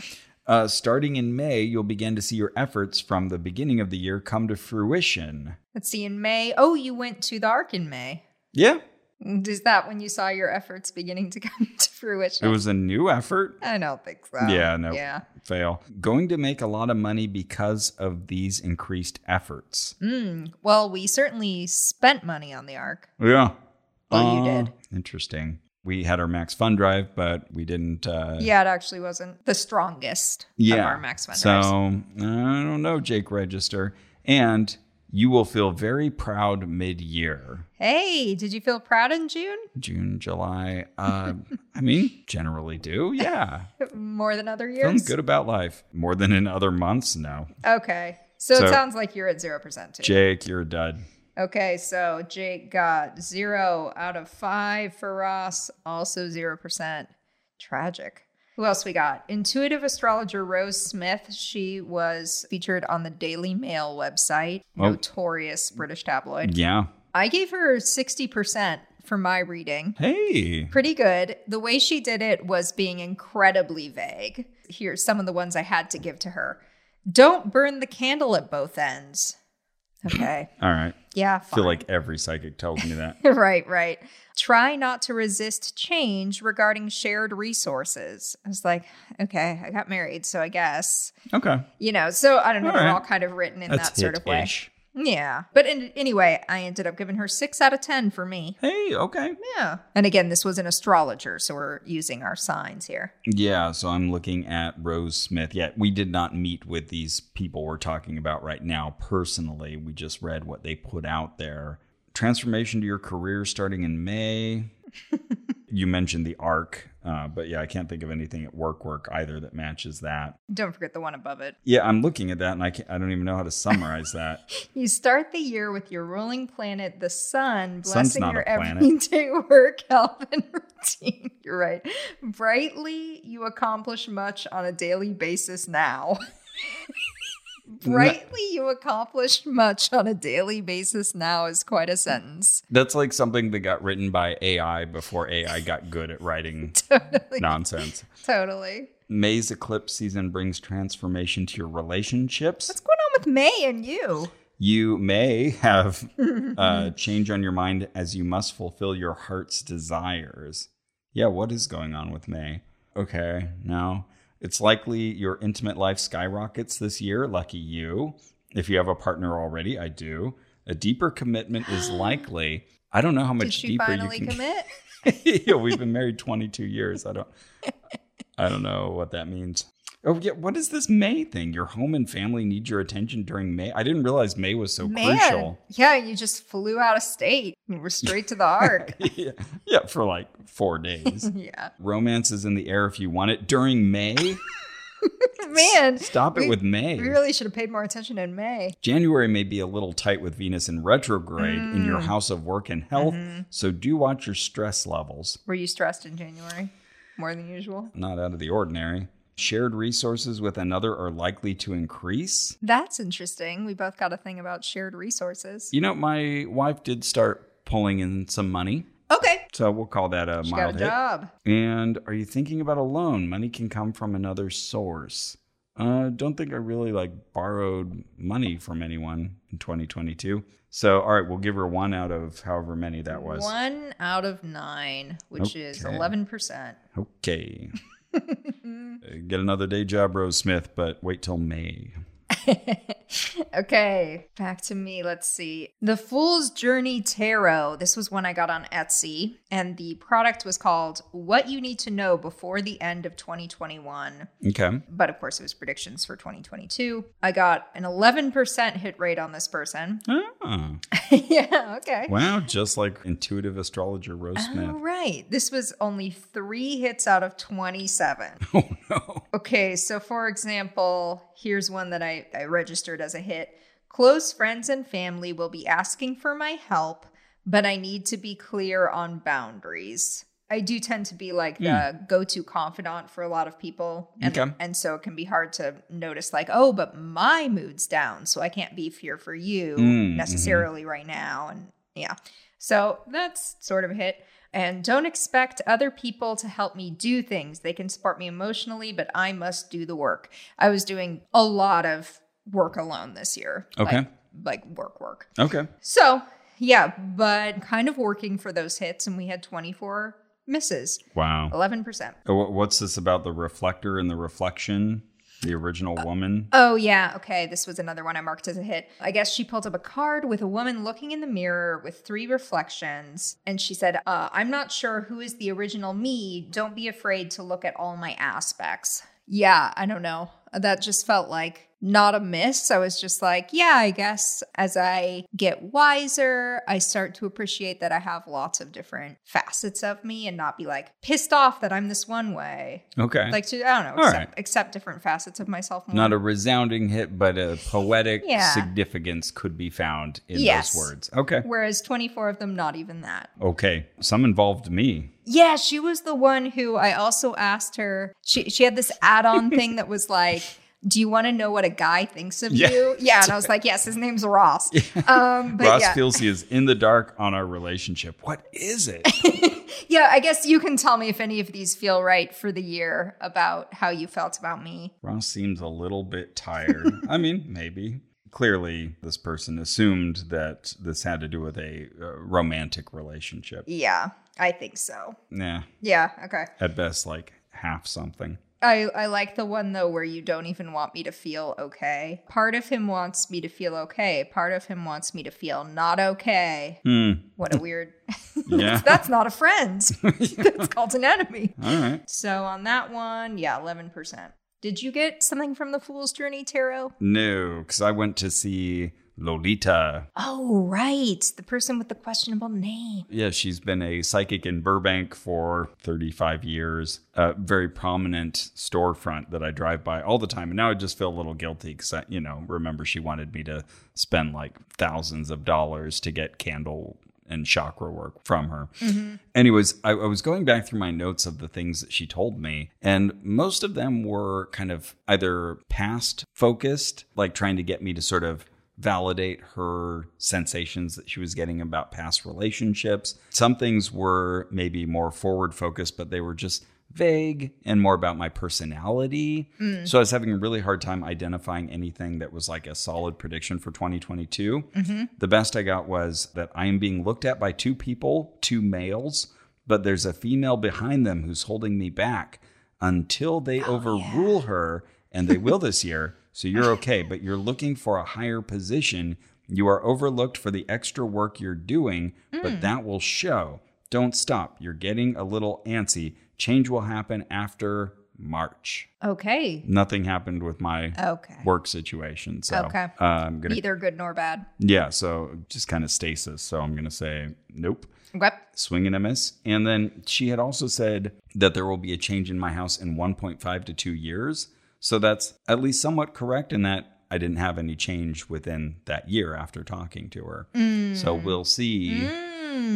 Speaker 2: Uh, starting in May, you'll begin to see your efforts from the beginning of the year come to fruition.
Speaker 1: Let's see. In May, oh, you went to the Ark in May.
Speaker 2: Yeah.
Speaker 1: Is that when you saw your efforts beginning to come to
Speaker 2: It
Speaker 1: fruition?
Speaker 2: was a new effort.
Speaker 1: I don't think so.
Speaker 2: Yeah, no.
Speaker 1: Yeah.
Speaker 2: Fail. Going to make a lot of money because of these increased efforts.
Speaker 1: Mm. Well, we certainly spent money on the arc.
Speaker 2: Yeah. Oh,
Speaker 1: Well, you did.
Speaker 2: Interesting. We had our Max Fun Drive, but we didn't. Uh,
Speaker 1: Yeah, it actually wasn't the strongest of our Max Fun
Speaker 2: So
Speaker 1: drives.
Speaker 2: I don't know, Jake Register, and you will feel very proud mid-year,
Speaker 1: Hey, did you feel proud in June?
Speaker 2: June, July. Uh, I mean, generally do. Yeah,
Speaker 1: More than other years?
Speaker 2: feeling good about life more than in other months. No,
Speaker 1: Okay. So,
Speaker 2: So-
Speaker 1: it sounds like you're at 0% too.
Speaker 2: Jake, you're a dud.
Speaker 1: okay, so Jake got 0 out of 5 for Ross, also 0%. Tragic. Who else we got? Intuitive astrologer Rose Smith. She was featured on the Daily Mail website,
Speaker 2: Oh.
Speaker 1: notorious British tabloid.
Speaker 2: Yeah.
Speaker 1: I gave her 60% for my reading.
Speaker 2: Hey.
Speaker 1: Pretty good. The way she did it was being incredibly vague. Here's some of the ones I had to give to her. Don't burn the candle at both ends. Okay.
Speaker 2: All right.
Speaker 1: Yeah.
Speaker 2: I
Speaker 1: Fine.
Speaker 2: feel like every psychic tells me that.
Speaker 1: right, right. Try not to resist change regarding shared resources. I was like, okay, I got married, so I guess.
Speaker 2: Okay.
Speaker 1: You know, so I don't know,
Speaker 2: All
Speaker 1: they're
Speaker 2: right.
Speaker 1: all kind of written in
Speaker 2: That's
Speaker 1: that sort of way.
Speaker 2: hit-ish.
Speaker 1: Yeah. But in, anyway, I ended up giving her six out of 10 for me.
Speaker 2: Hey, okay.
Speaker 1: Yeah. And again, this was an astrologer, so we're using our signs here.
Speaker 2: Yeah, so I'm looking at Rose Smith. Yeah, we did not meet with these people we're talking about right now personally. We just read what they put out there. Transformation to your career starting in May. you mentioned the arc, uh, but yeah, I can't think of anything at work work either that matches that.
Speaker 1: Don't forget the one above it.
Speaker 2: Yeah, I'm looking at that and I, can't, I don't even know how to summarize that.
Speaker 1: You start the year with your ruling planet, the sun,
Speaker 2: Sun's
Speaker 1: blessing
Speaker 2: not
Speaker 1: your
Speaker 2: a planet.
Speaker 1: everyday work, health, and routine. You're right. Brightly, you accomplish much on a daily basis now. Brightly, you accomplish much on a daily basis now is quite a sentence.
Speaker 2: That's like something that got written by AI before AI got good at writing
Speaker 1: Totally.
Speaker 2: nonsense.
Speaker 1: Totally.
Speaker 2: May's eclipse season brings transformation to your relationships.
Speaker 1: What's going on with May and you?
Speaker 2: You may have uh, change on your mind as you must fulfill your heart's desires. Yeah, what is going on with May? Okay, no. It's likely your intimate life skyrockets this year. Lucky you. If you have a partner already, I do. A deeper commitment is likely. I don't know how much
Speaker 1: Did she
Speaker 2: deeper
Speaker 1: finally
Speaker 2: you can.
Speaker 1: commit?
Speaker 2: yeah, we've been married 22 years. I don't I don't know what that means. Oh yeah, what is this May thing? Your home and family need your attention during May. I didn't realize May was so
Speaker 1: Man,
Speaker 2: crucial.
Speaker 1: yeah, you just flew out of state. You We're straight to the arc.
Speaker 2: yeah, yeah, for like 4 days.
Speaker 1: yeah,
Speaker 2: Romance is in the air if you want it during May.
Speaker 1: man.
Speaker 2: Stop it
Speaker 1: we-
Speaker 2: with May.
Speaker 1: We really should have paid more attention in May.
Speaker 2: January may be a little tight with Venus in retrograde in
Speaker 1: Mm.
Speaker 2: your house of work and health,
Speaker 1: Mm-hmm.
Speaker 2: so do watch your stress levels.
Speaker 1: Were you stressed in January more than usual?
Speaker 2: Not out of the ordinary. Shared resources with another are likely to increase.
Speaker 1: That's interesting. We both got a thing about shared resources.
Speaker 2: You know, my wife did start pulling in some money,
Speaker 1: Okay.
Speaker 2: so we'll call that a
Speaker 1: She got
Speaker 2: mild
Speaker 1: a
Speaker 2: hit.
Speaker 1: job.
Speaker 2: And are you thinking about a loan? Money can come from another source. uh, don't think I really like borrowed money from anyone in 2022. So, all right, we'll give her one out of however many that was.
Speaker 1: One out of nine, which is
Speaker 2: Okay.
Speaker 1: 11%.
Speaker 2: Okay.
Speaker 1: Mm.
Speaker 2: Uh, Get another day job, Rose Smith, but wait till May.
Speaker 1: okay, back to me. Let's see. The Fool's Journey Tarot. This was one I got on Etsy, and the product was called What You Need to Know Before the End of 2021.
Speaker 2: Okay.
Speaker 1: But of course, it was predictions for 2022. I got an 11% hit rate on this person.
Speaker 2: Ah,
Speaker 1: yeah, okay.
Speaker 2: wow, just like intuitive astrologer Rose Smith.
Speaker 1: All right. This was only three hits out of 27.
Speaker 2: Oh, no.
Speaker 1: Okay, so for example, here's one that I, I registered as a hit. Close friends and family will be asking for my help, but I need to be clear on boundaries. I do tend to be like the go to confidant for a lot of people. And,
Speaker 2: Okay.
Speaker 1: and so it can be hard to notice, like, oh, but my mood's down, so I can't be here for you
Speaker 2: Mm, mhm.
Speaker 1: necessarily right now. And yeah. So that's sort of a hit. And don't expect other people to help me do things. They can support me emotionally, but I must do the work. I was doing a lot of work alone this year.
Speaker 2: Okay.
Speaker 1: Like, like work, work.
Speaker 2: Okay.
Speaker 1: So, yeah, but kind of working for those hits. And we had 24 misses,
Speaker 2: Wow.
Speaker 1: 11%.
Speaker 2: Uh, wh- What's this about the reflector and the reflection? The original woman.
Speaker 1: Oh, yeah. Okay. This was another one I marked as a hit. I guess she pulled up a card with a woman looking in the mirror with three reflections. And she said, uh, I'm not sure who is the original me. Don't be afraid to look at all my aspects. Yeah. I don't know. That just felt like not a miss. I was just like, yeah, I guess as I get wiser, I start to appreciate that I have lots of different facets of me and not be like pissed off that I'm this one way.
Speaker 2: Okay.
Speaker 1: Like to, I don't know,
Speaker 2: All
Speaker 1: accept,
Speaker 2: right.
Speaker 1: accept different facets of myself more.
Speaker 2: Not a resounding hit, but a poetic
Speaker 1: Yeah.
Speaker 2: significance could be found in
Speaker 1: Yes.
Speaker 2: those words. Okay.
Speaker 1: Whereas 24 of them, not even that.
Speaker 2: Okay. Some involved me.
Speaker 1: Yeah, she was the one who I also asked her. She she had this add-on thing that was like, "Do you want to know what a guy thinks of
Speaker 2: Yeah.
Speaker 1: you?" Yeah, and I was like, "Yes, his name's Ross." Um, but
Speaker 2: Ross
Speaker 1: yeah,
Speaker 2: feels he is in the dark on our relationship. What is it?
Speaker 1: yeah. I guess you can tell me if any of these feel right for the year about how you felt about me.
Speaker 2: Ross seems a little bit tired. I mean, maybe. Clearly, this person assumed that this had to do with a uh, romantic relationship.
Speaker 1: Yeah, I think so.
Speaker 2: Nah,
Speaker 1: Yeah, okay.
Speaker 2: at best, like half something.
Speaker 1: I, I like the one though where you don't even want me to feel okay. Part of him wants me to feel okay. Part of him wants me to feel not okay.
Speaker 2: Hmm.
Speaker 1: What a weird.
Speaker 2: Yeah. Uh.
Speaker 1: That's not a friend. That's called an enemy.
Speaker 2: All right.
Speaker 1: So on that one, yeah, 11%. Did you get something from the Fool's Journey Tarot?
Speaker 2: No, because I went to see Lolita.
Speaker 1: Oh, right. The person with the questionable name.
Speaker 2: Yeah, she's been a psychic in Burbank for 35 years. A very prominent storefront that I drive by all the time. And now I just feel a little guilty because I, you know, remember she wanted me to spend like thousands of dollars to get candle and chakra work from her. Anyways, I, I was going back through my notes of the things that she told me, and most of them were kind of either past focused, like trying to get me to sort of validate her sensations that she was getting about past relationships. Some things were maybe more forward focused, but they were just vague and more about my personality. So I was having a really hard time identifying anything that was like a solid prediction for 2022. The best I got was that I am being looked at by two people, two males, but there's a female behind them who's holding me back until they
Speaker 1: Oh,
Speaker 2: overrule her, and they will this year. So you're okay, but you're looking for a higher position. You are overlooked for the extra work you're doing,
Speaker 1: Mm.
Speaker 2: but that will show. Don't stop. You're getting a little antsy. Change will happen after March.
Speaker 1: Okay.
Speaker 2: Nothing happened with my
Speaker 1: Okay.
Speaker 2: work situation. So
Speaker 1: Okay.
Speaker 2: uh, I'm going to,
Speaker 1: Neither good nor bad.
Speaker 2: yeah, so just kind of stasis. So I'm going to say, nope
Speaker 1: Okay.
Speaker 2: swing and a miss. And then she had also said that there will be a change in my house in 1.5 to two years. So that's at least somewhat correct in that I didn't have any change within that year after talking to her. So
Speaker 1: Mm.
Speaker 2: we'll see.
Speaker 1: Hmm,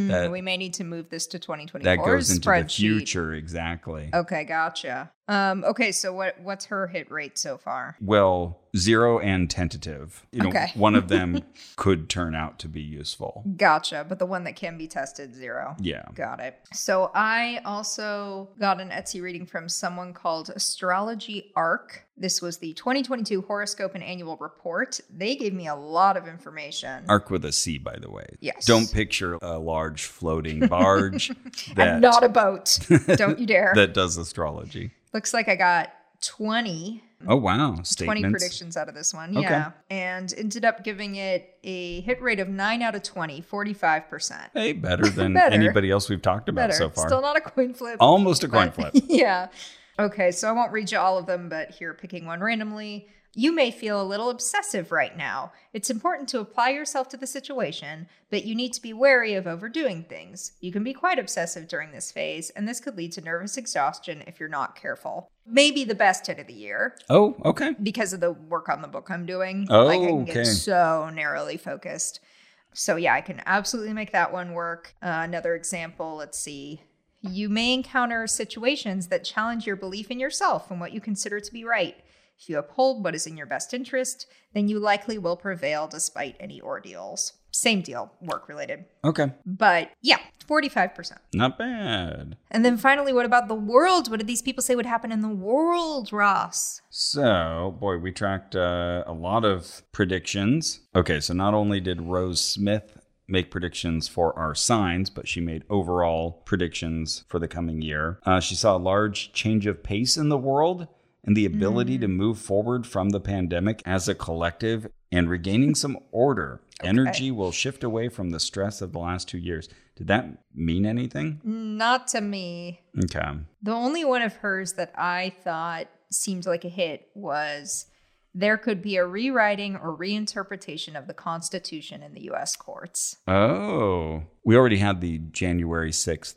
Speaker 2: That-
Speaker 1: Mm-hmm. we may need to move this to 2024.
Speaker 2: That goes into the
Speaker 1: spreadsheet.
Speaker 2: future, exactly.
Speaker 1: Okay, gotcha. Um, okay, so what what's her hit rate so far?
Speaker 2: Well, zero and tentative. You know,
Speaker 1: Okay.
Speaker 2: one of them could turn out to be useful.
Speaker 1: Gotcha, but the one that can be tested zero.
Speaker 2: Yeah.
Speaker 1: Got it. So I also got an Etsy reading from someone called Astrology Arc. This was the 2022 horoscope and annual report. They gave me a lot of information.
Speaker 2: Arc with a C, by the way.
Speaker 1: Yes.
Speaker 2: Don't picture a large floating barge that
Speaker 1: and not a boat. Don't you dare.
Speaker 2: that does astrology.
Speaker 1: Looks like I got 20
Speaker 2: Oh wow! Statements.
Speaker 1: 20 predictions out of this one.
Speaker 2: Okay.
Speaker 1: Yeah. And ended up giving it a hit rate of 9 out of 20, 45%.
Speaker 2: Hey, better than
Speaker 1: Better.
Speaker 2: anybody else we've talked about
Speaker 1: Better.
Speaker 2: so far.
Speaker 1: Still not a coin flip.
Speaker 2: Almost a coin
Speaker 1: but-
Speaker 2: flip.
Speaker 1: yeah. Okay, so I won't read you all of them, but here, picking one randomly. You may feel a little obsessive right now. It's important to apply yourself to the situation, but you need to be wary of overdoing things. You can be quite obsessive during this phase, and this could lead to nervous exhaustion if you're not careful. Maybe the best hit of the year
Speaker 2: Oh, okay.
Speaker 1: because of the work on the book I'm doing.
Speaker 2: Oh,
Speaker 1: like I can
Speaker 2: okay.
Speaker 1: get so narrowly focused. So yeah, I can absolutely make that one work. Uh, another example, let's see. You may encounter situations that challenge your belief in yourself and what you consider to be right. If you uphold what is in your best interest, then you likely will prevail despite any ordeals. Same deal, work related.
Speaker 2: Okay.
Speaker 1: But yeah, 45%.
Speaker 2: Not bad.
Speaker 1: And then finally, what about the world? What did these people say would happen in the world, Ross?
Speaker 2: So, boy, we tracked uh, a lot of predictions. Okay, so not only did Rose Smith make predictions for our signs, but she made overall predictions for the coming year. Uh, she saw a large change of pace in the world and the ability to move forward from the pandemic as a collective and regaining some order. Energy will shift away from the stress of the last two years. Did that mean anything?
Speaker 1: Not to me.
Speaker 2: Okay.
Speaker 1: The only one of hers that I thought seemed like a hit was there could be a rewriting or reinterpretation of the Constitution in the US courts.
Speaker 2: Oh, we already had the January 6th,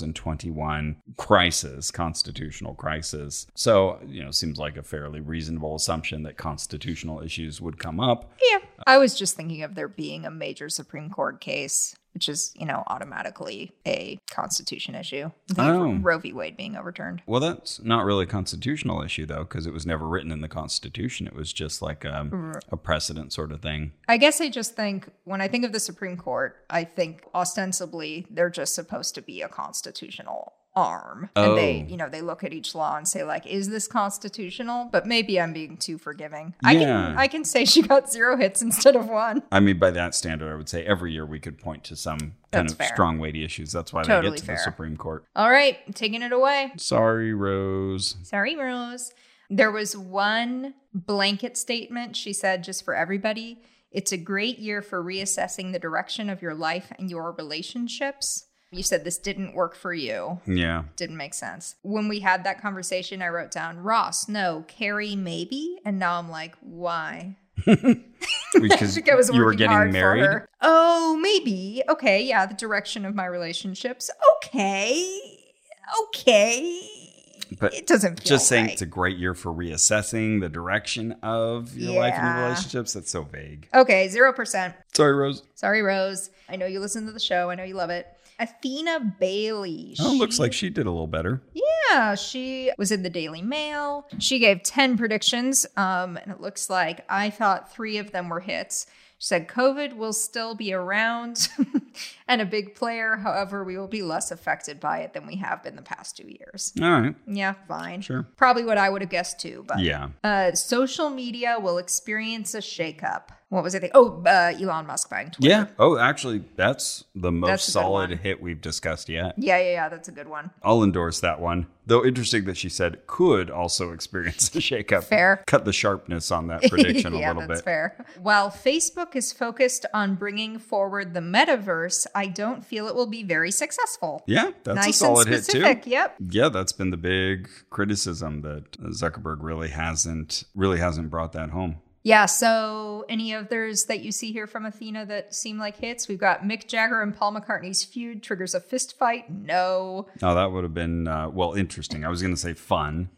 Speaker 2: 2021 crisis, constitutional crisis. So, you know, seems like a fairly reasonable assumption that constitutional issues would come up.
Speaker 1: Yeah. I was just thinking of there being a major Supreme Court case, which is, you know, automatically a Constitution issue. I'm thinking
Speaker 2: Oh.
Speaker 1: of Roe v. Wade being overturned.
Speaker 2: Well, that's not really a constitutional issue, though, because it was never written in the Constitution. It was just like a, a precedent sort of thing.
Speaker 1: I guess I just think when I think of the Supreme Court, I think ostensibly they're just supposed to be a constitutional arm. And they,
Speaker 2: Oh.
Speaker 1: you know, they look at each law and say like, is this constitutional? But maybe I'm being too forgiving. I
Speaker 2: Yeah.
Speaker 1: can I can say she got zero hits instead of one.
Speaker 2: I mean, by that standard, I would say every year we could point to some kind
Speaker 1: That's
Speaker 2: of
Speaker 1: fair.
Speaker 2: strong, weighty issues. That's why they
Speaker 1: Totally
Speaker 2: get to
Speaker 1: fair.
Speaker 2: the Supreme Court.
Speaker 1: All right, taking it away.
Speaker 2: Sorry, Rose.
Speaker 1: Sorry, Rose. There was one blanket statement she said just for everybody. It's a great year for reassessing the direction of your life and your relationships. You said this didn't work for you.
Speaker 2: Yeah.
Speaker 1: Didn't make sense. When we had that conversation, I wrote down Ross, no, Carrie, maybe. And now I'm like, why? I
Speaker 2: Because
Speaker 1: think I was
Speaker 2: you were
Speaker 1: working
Speaker 2: getting
Speaker 1: hard
Speaker 2: married.
Speaker 1: For her. Oh, maybe. Okay, yeah, the direction of my relationships. Okay, okay.
Speaker 2: But
Speaker 1: it doesn't feel
Speaker 2: Just saying
Speaker 1: right.
Speaker 2: it's a great year for reassessing the direction of your life and your
Speaker 1: Yeah.
Speaker 2: relationships. That's so vague.
Speaker 1: Okay, 0%.
Speaker 2: Sorry, Rose.
Speaker 1: Sorry, Rose. I know you listen to the show. I know you love it. Athena Bailey.
Speaker 2: Oh, looks like she did a little better.
Speaker 1: Yeah, she was in the Daily Mail. She gave 10 predictions, um, and it looks like I thought three of them were hits. She said, COVID will still be around and a big player. However, we will be less affected by it than we have been the past two years.
Speaker 2: All right.
Speaker 1: Yeah, fine.
Speaker 2: Sure.
Speaker 1: Probably what I would have guessed too, but
Speaker 2: Yeah.
Speaker 1: uh, social media will experience a shakeup. What was I thinking? Oh, uh, Elon Musk buying Twitter.
Speaker 2: Yeah. Oh, actually, that's the most
Speaker 1: That's a good
Speaker 2: solid
Speaker 1: one.
Speaker 2: hit we've discussed yet.
Speaker 1: Yeah, yeah, yeah. That's a good one.
Speaker 2: I'll endorse that one. Though interesting that she said could also experience a shakeup.
Speaker 1: Fair.
Speaker 2: Cut the sharpness on that prediction
Speaker 1: yeah,
Speaker 2: a little
Speaker 1: that's
Speaker 2: bit.
Speaker 1: fair. While Facebook is focused on bringing forward the metaverse, I don't feel it will be very successful.
Speaker 2: Yeah, that's
Speaker 1: nice
Speaker 2: a solid
Speaker 1: and
Speaker 2: hit too.
Speaker 1: specific. Yep.
Speaker 2: Yeah, that's been the big criticism that Zuckerberg really hasn't really hasn't brought that home.
Speaker 1: Yeah. So, any others that you see here from Athena that seem like hits? We've got Mick Jagger and Paul McCartney's feud triggers a fist fight. No.
Speaker 2: Oh, that would have been uh, well interesting. I was going to say fun.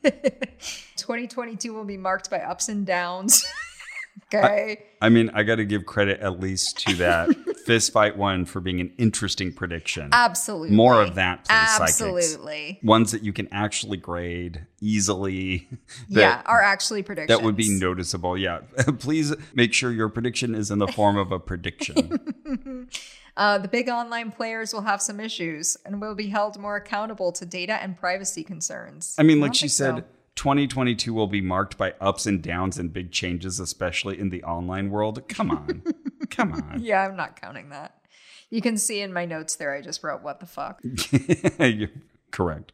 Speaker 1: 2022 will be marked by ups and downs. okay.
Speaker 2: I mean, I got to give credit at least to that fist fight one for being an interesting prediction.
Speaker 1: Absolutely.
Speaker 2: More of that, please, psychics.
Speaker 1: Absolutely.
Speaker 2: Ones that you can actually grade easily. That,
Speaker 1: yeah. Are actually predictions.
Speaker 2: That would be noticeable. Yeah. Please make sure your prediction is in the form of a prediction.
Speaker 1: Uh, the big online players will have some issues and will be held more accountable to data and privacy concerns.
Speaker 2: I mean, like
Speaker 1: don't
Speaker 2: she
Speaker 1: think
Speaker 2: said,
Speaker 1: so.
Speaker 2: 2022 will be marked by ups and downs and big changes, especially in the online world. Come on. Come on.
Speaker 1: Yeah, I'm not counting that. You can see in my notes there, I just wrote, what the fuck?
Speaker 2: You're correct.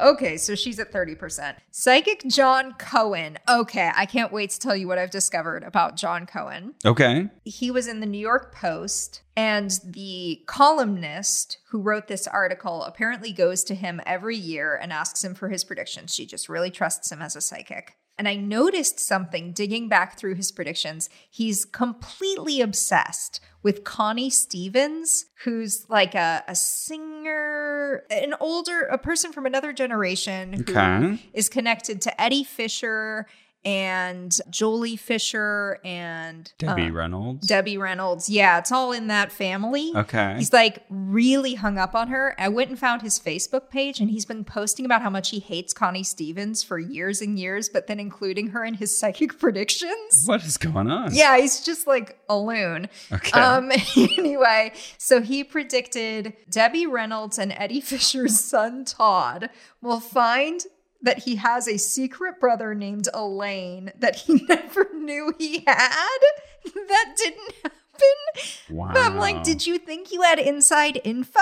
Speaker 1: okay, so she's at 30%. Psychic John Cohen. Okay, I can't wait to tell you what I've discovered about John Cohen.
Speaker 2: Okay.
Speaker 1: he was in the New York Post, and the columnist who wrote this article apparently goes to him every year and asks him for his predictions. She just really trusts him as a psychic. And I noticed something digging back through his predictions. He's completely obsessed with Connie Stevens, who's like a, a singer, an older, a person from another generation who
Speaker 2: Okay.
Speaker 1: is connected to Eddie Fisher and Jolie Fisher and uh,
Speaker 2: Debbie Reynolds.
Speaker 1: Debbie Reynolds. Yeah, it's all in that family.
Speaker 2: okay.
Speaker 1: He's like really hung up on her. I went and found his Facebook page, and he's been posting about how much he hates Connie Stevens for years and years, but then including her in his psychic predictions.
Speaker 2: what is going on?
Speaker 1: Yeah, he's just like a loon.
Speaker 2: Okay.
Speaker 1: Um, anyway, so he predicted Debbie Reynolds and Eddie Fisher's son Todd will find that he has a secret brother named Elaine that he never knew he had. That didn't Wow. I'm like, did you think you had inside info?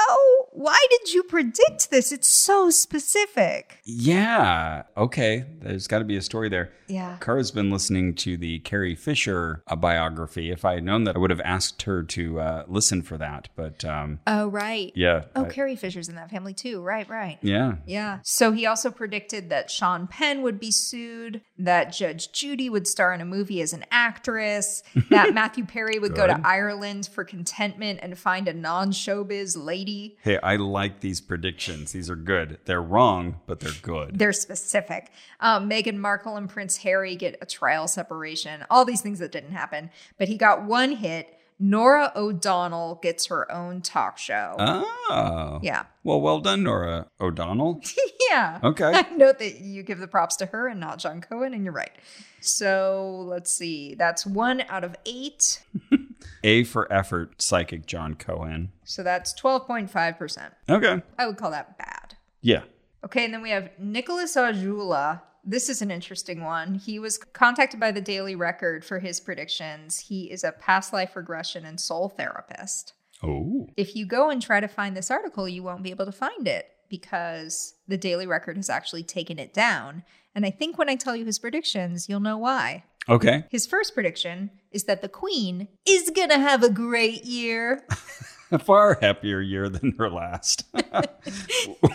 Speaker 1: Why did you predict this? It's so specific.
Speaker 2: Yeah. Okay. There's got to be a story there.
Speaker 1: Yeah.
Speaker 2: Cara's been listening to the Carrie Fisher uh, biography. If I had known that, I would have asked her to uh, listen for that. But um,
Speaker 1: Oh, right.
Speaker 2: yeah.
Speaker 1: Oh,
Speaker 2: I-
Speaker 1: Carrie Fisher's in that family too. Right, right.
Speaker 2: yeah.
Speaker 1: Yeah. So he also predicted that Sean Penn would be sued, that Judge Judy would star in a movie as an actress, that Matthew Perry would go to
Speaker 2: Good.
Speaker 1: Ireland for contentment and find a non showbiz lady.
Speaker 2: Hey, I like these predictions. These are good. They're wrong, but they're good.
Speaker 1: They're specific. Um, Meghan Markle and Prince Harry get a trial separation, all these things that didn't happen. But he got one hit. Nora O'Donnell gets her own talk show.
Speaker 2: Oh.
Speaker 1: Yeah.
Speaker 2: Well, well done, Nora O'Donnell.
Speaker 1: yeah.
Speaker 2: Okay.
Speaker 1: I note that you give the props to her and not John Cohen, and you're right. So let's see. That's one out of eight.
Speaker 2: A for effort, psychic John Cohen.
Speaker 1: So that's 12.5%.
Speaker 2: Okay.
Speaker 1: I would call that bad.
Speaker 2: Yeah.
Speaker 1: Okay, and then we have Nicholas Ajula. This is an interesting one. He was contacted by the Daily Record for his predictions. He is a past life regression and soul therapist.
Speaker 2: Oh.
Speaker 1: If you go and try to find this article, you won't be able to find it because the Daily Record has actually taken it down. And I think when I tell you his predictions, you'll know why.
Speaker 2: Okay.
Speaker 1: His first prediction is that the Queen is going to have a great year.
Speaker 2: A far happier year than her last,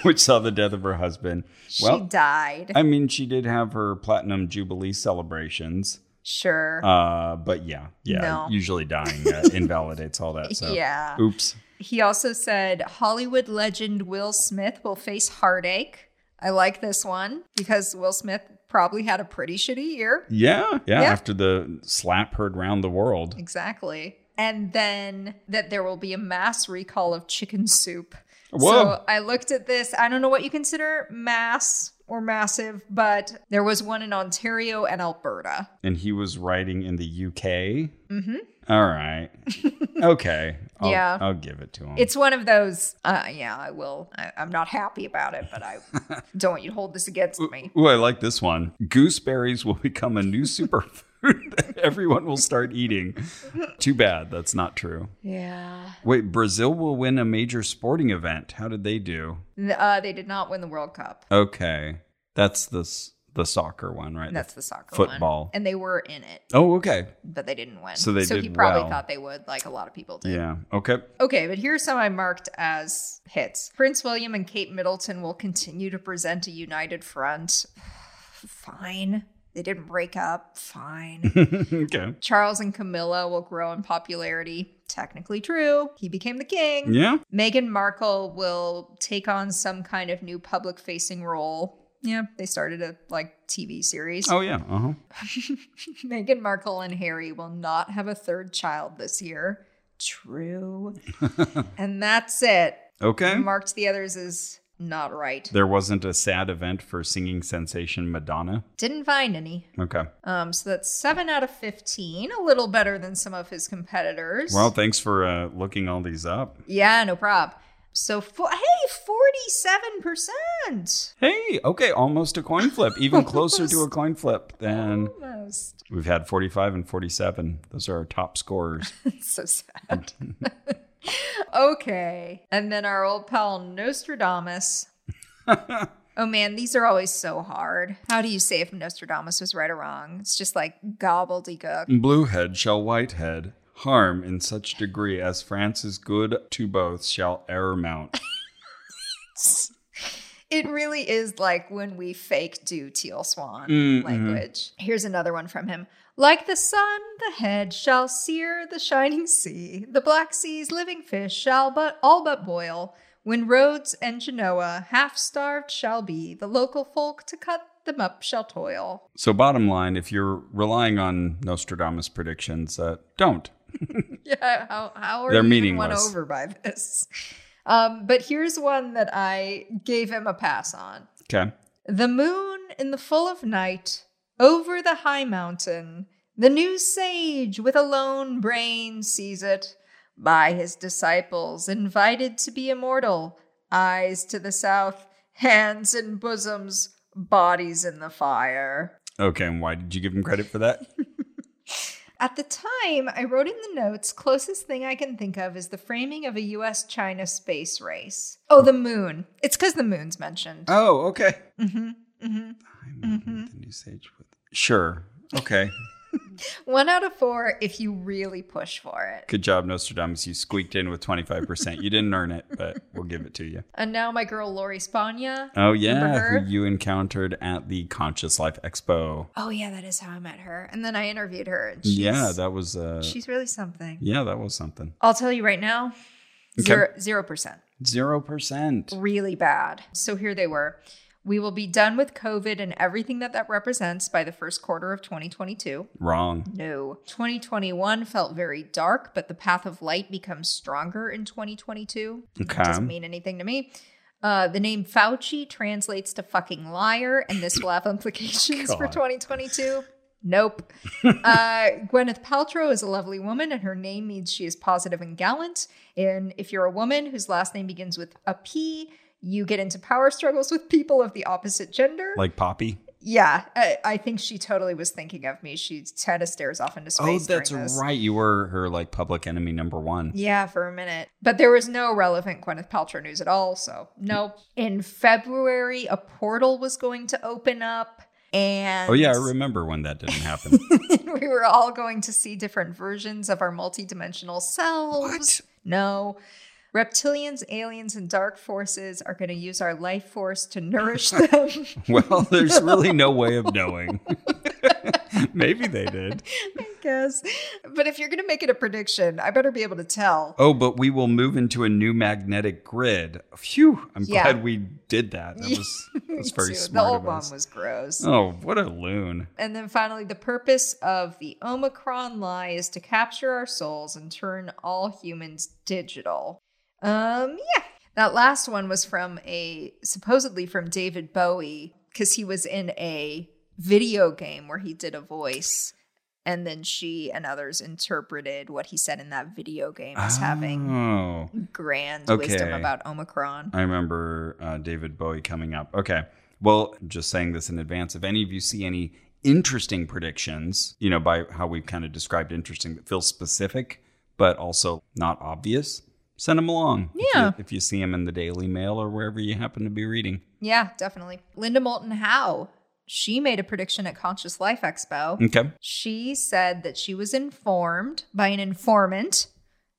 Speaker 2: which saw the death of her husband.
Speaker 1: She
Speaker 2: Well,
Speaker 1: died.
Speaker 2: I mean, she did have her platinum jubilee celebrations,
Speaker 1: sure.
Speaker 2: uh, but yeah, yeah,
Speaker 1: No.
Speaker 2: usually dying uh, invalidates all that. So,
Speaker 1: Yeah.
Speaker 2: oops.
Speaker 1: He also said Hollywood legend Will Smith will face heartache. I like this one because Will Smith probably had a pretty shitty year.
Speaker 2: Yeah,
Speaker 1: Yeah.
Speaker 2: yeah, After the slap heard round the world.
Speaker 1: Exactly. And then that there will be a mass recall of chicken soup.
Speaker 2: Whoa.
Speaker 1: So I looked at this. I don't know what you consider mass or massive, but there was one in Ontario and Alberta.
Speaker 2: And he was writing in the UK.
Speaker 1: hmm
Speaker 2: All right. Okay. I'll,
Speaker 1: Yeah.
Speaker 2: I'll give it to him.
Speaker 1: It's one of those. Uh, yeah, I will. I, I'm not happy about it, but I don't want you to hold this against me.
Speaker 2: Ooh, I like this one. Gooseberries will become a new superfood that everyone will start eating. Too bad that's not true.
Speaker 1: Yeah.
Speaker 2: Wait, Brazil will win a major sporting event. How did they do?
Speaker 1: Uh, they did not win the World Cup.
Speaker 2: Okay. That's the s- the soccer one, right?
Speaker 1: That's the soccer
Speaker 2: Football.
Speaker 1: one. and they were in it,
Speaker 2: oh, okay.
Speaker 1: but they didn't win.
Speaker 2: So they
Speaker 1: so he
Speaker 2: did
Speaker 1: probably
Speaker 2: well.
Speaker 1: thought they would, like a lot of people did.
Speaker 2: Yeah. Okay.
Speaker 1: Okay, but here's some I marked as hits. Prince William and Kate Middleton will continue to present a united front. Fine. They didn't break up. Fine.
Speaker 2: okay.
Speaker 1: Charles and Camilla will grow in popularity. Technically true. He became the king.
Speaker 2: Yeah.
Speaker 1: Meghan Markle will take on some kind of new public facing role. Yeah, they started a like TV series.
Speaker 2: Oh yeah. Uh-huh.
Speaker 1: Meghan Markle and Harry will not have a third child this year. True. and that's it.
Speaker 2: Okay.
Speaker 1: Marked the others as not right.
Speaker 2: There wasn't a sad event for singing sensation Madonna.
Speaker 1: Didn't find any.
Speaker 2: Okay.
Speaker 1: Um, so that's seven out of 15, a little better than some of his competitors.
Speaker 2: Well, thanks for uh, looking all these up.
Speaker 1: yeah, no prob. So, fo- hey, 47%.
Speaker 2: Hey, okay, almost a coin flip, even closer to a coin flip than
Speaker 1: Almost.
Speaker 2: we've had 45 and 47. Those are our top scorers.
Speaker 1: so sad. okay. And then our old pal Nostradamus. oh man, these are always so hard. How do you say if Nostradamus was right or wrong? It's just like gobbledygook.
Speaker 2: Bluehead shall whitehead harm in such degree as France is good to both shall error mount.
Speaker 1: It really is like when we fake do teal swan
Speaker 2: Mm, mhm.
Speaker 1: language. Here's another one from him. Like the sun, the head shall sear the shining sea. The black sea's living fish shall but all but boil. When Rhodes and Genoa half starved shall be, the local folk to cut them up shall toil.
Speaker 2: So, bottom line, if you're relying on Nostradamus predictions, uh, don't.
Speaker 1: Yeah, how, how are
Speaker 2: They're
Speaker 1: you even won
Speaker 2: meaningless.
Speaker 1: over by this? Um, but here's one that I gave him a pass on.
Speaker 2: Okay.
Speaker 1: The moon in the full of night, over the high mountain, the new sage with a lone brain sees it, by his disciples invited to be immortal, eyes to the south, hands in bosoms, bodies in the fire.
Speaker 2: Okay, and why did you give him credit for that?
Speaker 1: At the time, I wrote in the notes closest thing I can think of is the framing of a US China space race. Oh, the moon. It's because the moon's mentioned.
Speaker 2: Oh, okay.
Speaker 1: hmm hmm
Speaker 2: I'm
Speaker 1: Mhm.
Speaker 2: the new sage with. Sure. Okay.
Speaker 1: One out of four if you really push for it.
Speaker 2: Good job, Nostradamus. You squeaked in with 25%. You didn't earn it, but we'll give it to you.
Speaker 1: And now my girl Lori Spagna.
Speaker 2: Oh,
Speaker 1: Remember
Speaker 2: yeah.
Speaker 1: her?
Speaker 2: Who you encountered at the Conscious Life Expo.
Speaker 1: Oh yeah, that is how I met her. And then I interviewed her. And she's,
Speaker 2: Yeah, that was uh
Speaker 1: she's really something.
Speaker 2: yeah, that was something.
Speaker 1: I'll tell you right now,
Speaker 2: Okay.
Speaker 1: zero zero percent.
Speaker 2: Zero percent.
Speaker 1: Really bad. So here they were. We will be done with COVID and everything that that represents by the first quarter of 2022.
Speaker 2: Wrong.
Speaker 1: No. 2021 felt very dark, but the path of light becomes stronger in 2022.
Speaker 2: Okay.
Speaker 1: Doesn't mean anything to me. Uh, the name Fauci translates to fucking liar, and this will have implications for
Speaker 2: God.
Speaker 1: 2022. Nope. uh, Gwyneth Paltrow is a lovely woman, and her name means she is positive and gallant. And if you're a woman whose last name begins with a P, you get into power struggles with people of the opposite gender.
Speaker 2: Like Poppy.
Speaker 1: Yeah, I, I think she totally was thinking of me. She had to stares off into
Speaker 2: Oh,
Speaker 1: space.
Speaker 2: that's
Speaker 1: during this.
Speaker 2: right. You were her like public enemy number one.
Speaker 1: Yeah, for a minute. But there was no relevant Gwyneth Paltrow news at all, so nope. In February, a portal was going to open up, and
Speaker 2: Oh yeah, I remember when that didn't happen.
Speaker 1: we were all going to see different versions of our multidimensional selves. No. Reptilians, aliens, and dark forces are going to use our life force to nourish them.
Speaker 2: well, there's really no way of knowing. Maybe they did.
Speaker 1: I guess. But if you're going to make it a prediction, I better be able to tell.
Speaker 2: Oh, but we will move into a new magnetic grid. Phew! I'm
Speaker 1: Yeah.
Speaker 2: glad we did that. That
Speaker 1: Yeah,
Speaker 2: was that's
Speaker 1: Me
Speaker 2: very
Speaker 1: too.
Speaker 2: smart
Speaker 1: The old
Speaker 2: of
Speaker 1: one
Speaker 2: us.
Speaker 1: was gross.
Speaker 2: Oh, what a loon!
Speaker 1: And then finally, the purpose of the Omicron lie is to capture our souls and turn all humans digital. Um, yeah. That last one was from a supposedly from David Bowie because he was in a video game where he did a voice. And then she and others interpreted what he said in that video game as having
Speaker 2: Oh,
Speaker 1: grand
Speaker 2: Okay.
Speaker 1: wisdom about Omicron.
Speaker 2: I remember uh, David Bowie coming up. Okay, well, just saying this in advance. If any of you see any interesting predictions, you know, by how we've kind of described interesting that feel specific but also not obvious, send them along. If you-
Speaker 1: Yeah.
Speaker 2: if you see them in the Daily Mail or wherever you happen to be reading.
Speaker 1: Yeah, definitely. Linda Moulton Howe, she made a prediction at Conscious Life Expo.
Speaker 2: Okay.
Speaker 1: She said that she was informed by an informant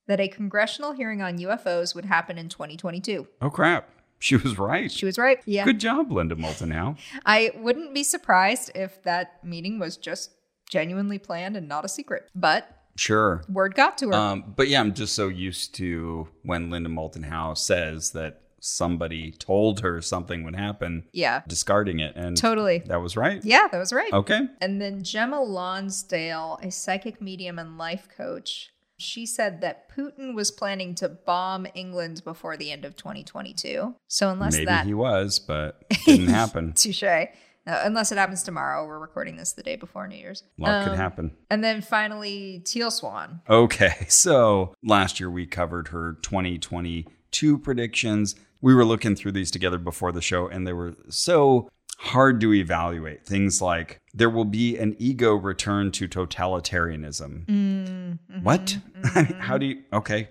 Speaker 1: that a congressional hearing on UFOs would happen in 2022.
Speaker 2: Oh crap! She was right.
Speaker 1: She was right. Yeah.
Speaker 2: Good job, Linda Moulton Howe.
Speaker 1: I wouldn't be surprised if that meeting was just genuinely planned and not a secret, but
Speaker 2: Sure.
Speaker 1: word got to her.
Speaker 2: Um, but yeah, I'm just so used to when Linda Moulton Howe says that somebody told her something would happen,
Speaker 1: yeah,
Speaker 2: discarding it, and
Speaker 1: totally.
Speaker 2: that was right.
Speaker 1: Yeah, that was right.
Speaker 2: Okay.
Speaker 1: And then Gemma Lonsdale, a psychic medium and life coach, she said that Putin was planning to bomb England before the end of 2022. So unless
Speaker 2: Maybe
Speaker 1: that
Speaker 2: he was, but it didn't happen.
Speaker 1: touche, uh, unless it happens tomorrow, we're recording this the day before New Year's.
Speaker 2: A lot could
Speaker 1: Um,
Speaker 2: happen.
Speaker 1: And then finally, Teal Swan.
Speaker 2: Okay. So last year we covered her 2022 predictions. We were looking through these together before the show, and they were so hard to evaluate. Things like there will be an ego return to totalitarianism.
Speaker 1: Mm-hmm.
Speaker 2: What? I mean, how do you? Okay.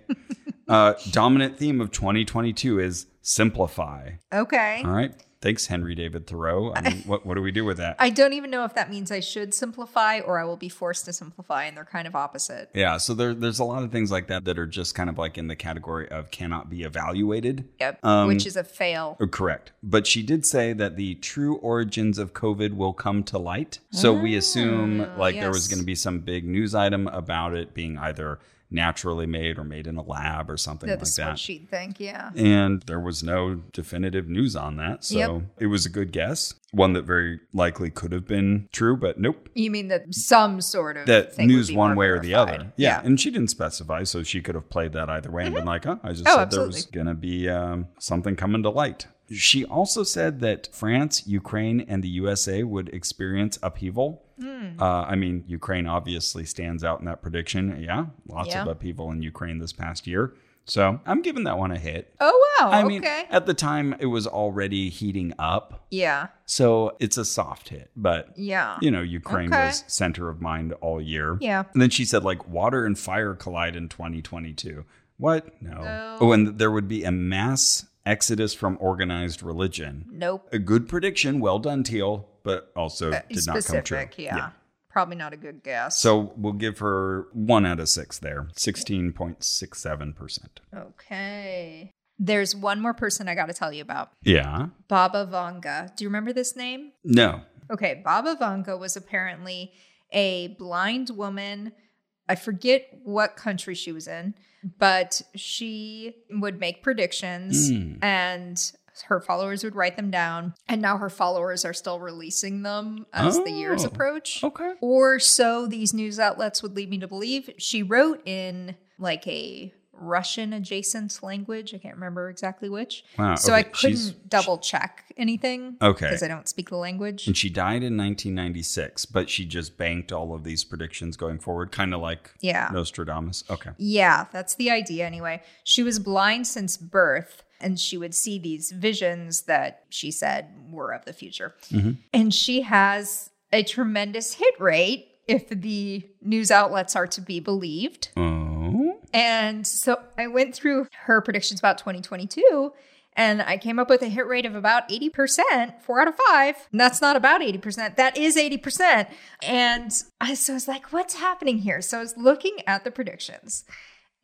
Speaker 2: uh, dominant theme of 2022 is simplify.
Speaker 1: Okay.
Speaker 2: All right. Thanks, Henry David Thoreau. I mean, what, what do we do with that?
Speaker 1: I don't even know if that means I should simplify or I will be forced to simplify, and they're kind of opposite.
Speaker 2: Yeah, so there, there's a lot of things like that that are just kind of like in the category of cannot be evaluated.
Speaker 1: Yep.
Speaker 2: Um,
Speaker 1: Which is a fail.
Speaker 2: Oh, Correct. But she did say that the true origins of COVID will come to light. So we assume
Speaker 1: Ah,
Speaker 2: like there was
Speaker 1: yes.
Speaker 2: going to be some big news item about it being either naturally made or made in a lab or something
Speaker 1: The,
Speaker 2: like
Speaker 1: the
Speaker 2: that.
Speaker 1: spreadsheet thing. Yeah.
Speaker 2: And there was no definitive news on that. So
Speaker 1: Yep.
Speaker 2: it was a good guess, one that very likely could have been true, but nope.
Speaker 1: You mean that some sort of
Speaker 2: That
Speaker 1: thing would
Speaker 2: news
Speaker 1: be
Speaker 2: one
Speaker 1: more
Speaker 2: way or the
Speaker 1: verified.
Speaker 2: other. Yeah. And she didn't specify. So she could have played that either way and been like, huh, I just
Speaker 1: Oh,
Speaker 2: said there
Speaker 1: absolutely.
Speaker 2: was going to be um, something coming to light. She also said that France, Ukraine, and the USA would experience upheaval.
Speaker 1: Hmm.
Speaker 2: Uh, I mean, Ukraine obviously stands out in that prediction. Yeah. Lots
Speaker 1: Yeah.
Speaker 2: of upheaval in Ukraine this past year. So I'm giving that one a hit.
Speaker 1: Oh wow.
Speaker 2: I
Speaker 1: okay.
Speaker 2: mean, at the time, it was already heating up.
Speaker 1: yeah.
Speaker 2: So it's a soft hit, but
Speaker 1: Yeah.
Speaker 2: you know, Ukraine
Speaker 1: Okay.
Speaker 2: was center of mind all year.
Speaker 1: Yeah.
Speaker 2: And then she said, like, water and fire collide in 2022. What? No.
Speaker 1: No.
Speaker 2: Oh, and there would be a mass exodus from organized religion.
Speaker 1: Nope.
Speaker 2: A good prediction. Well done, Teal, but also did not come
Speaker 1: Uh, Specific.
Speaker 2: true.
Speaker 1: Yeah. Probably not a good guess.
Speaker 2: So we'll give her one out of six there 16.67%.
Speaker 1: okay. There's one more person I got to tell you about.
Speaker 2: Yeah.
Speaker 1: Baba Vanga. Do you remember this name?
Speaker 2: No.
Speaker 1: Okay, Baba Vanga was apparently a blind woman. I forget what country she was in, but she would make predictions
Speaker 2: Mm.
Speaker 1: and her followers would write them down. And now her followers are still releasing them as the years
Speaker 2: Oh,
Speaker 1: approach.
Speaker 2: Okay.
Speaker 1: Or so these news outlets would lead me to believe. She wrote in like a Russian adjacent language. I can't remember exactly which.
Speaker 2: Wow.
Speaker 1: So
Speaker 2: okay.
Speaker 1: I couldn't
Speaker 2: She's-
Speaker 1: double check anything
Speaker 2: Okay.
Speaker 1: because I don't speak the language.
Speaker 2: And she died in 1996, but she just banked all of these predictions going forward, kind of like
Speaker 1: Yeah.
Speaker 2: Nostradamus. Okay.
Speaker 1: Yeah, that's the idea anyway. She was blind since birth and she would see these visions that she said were of the future.
Speaker 2: Mhm.
Speaker 1: And she has a tremendous hit rate if the news outlets are to be believed.
Speaker 2: Oh.
Speaker 1: And so I went through her predictions about 2022 and I came up with a hit rate of about 80%, four out of five. And that's not about 80%, that is 80%. And I, so I was like, what's happening here? So I was looking at the predictions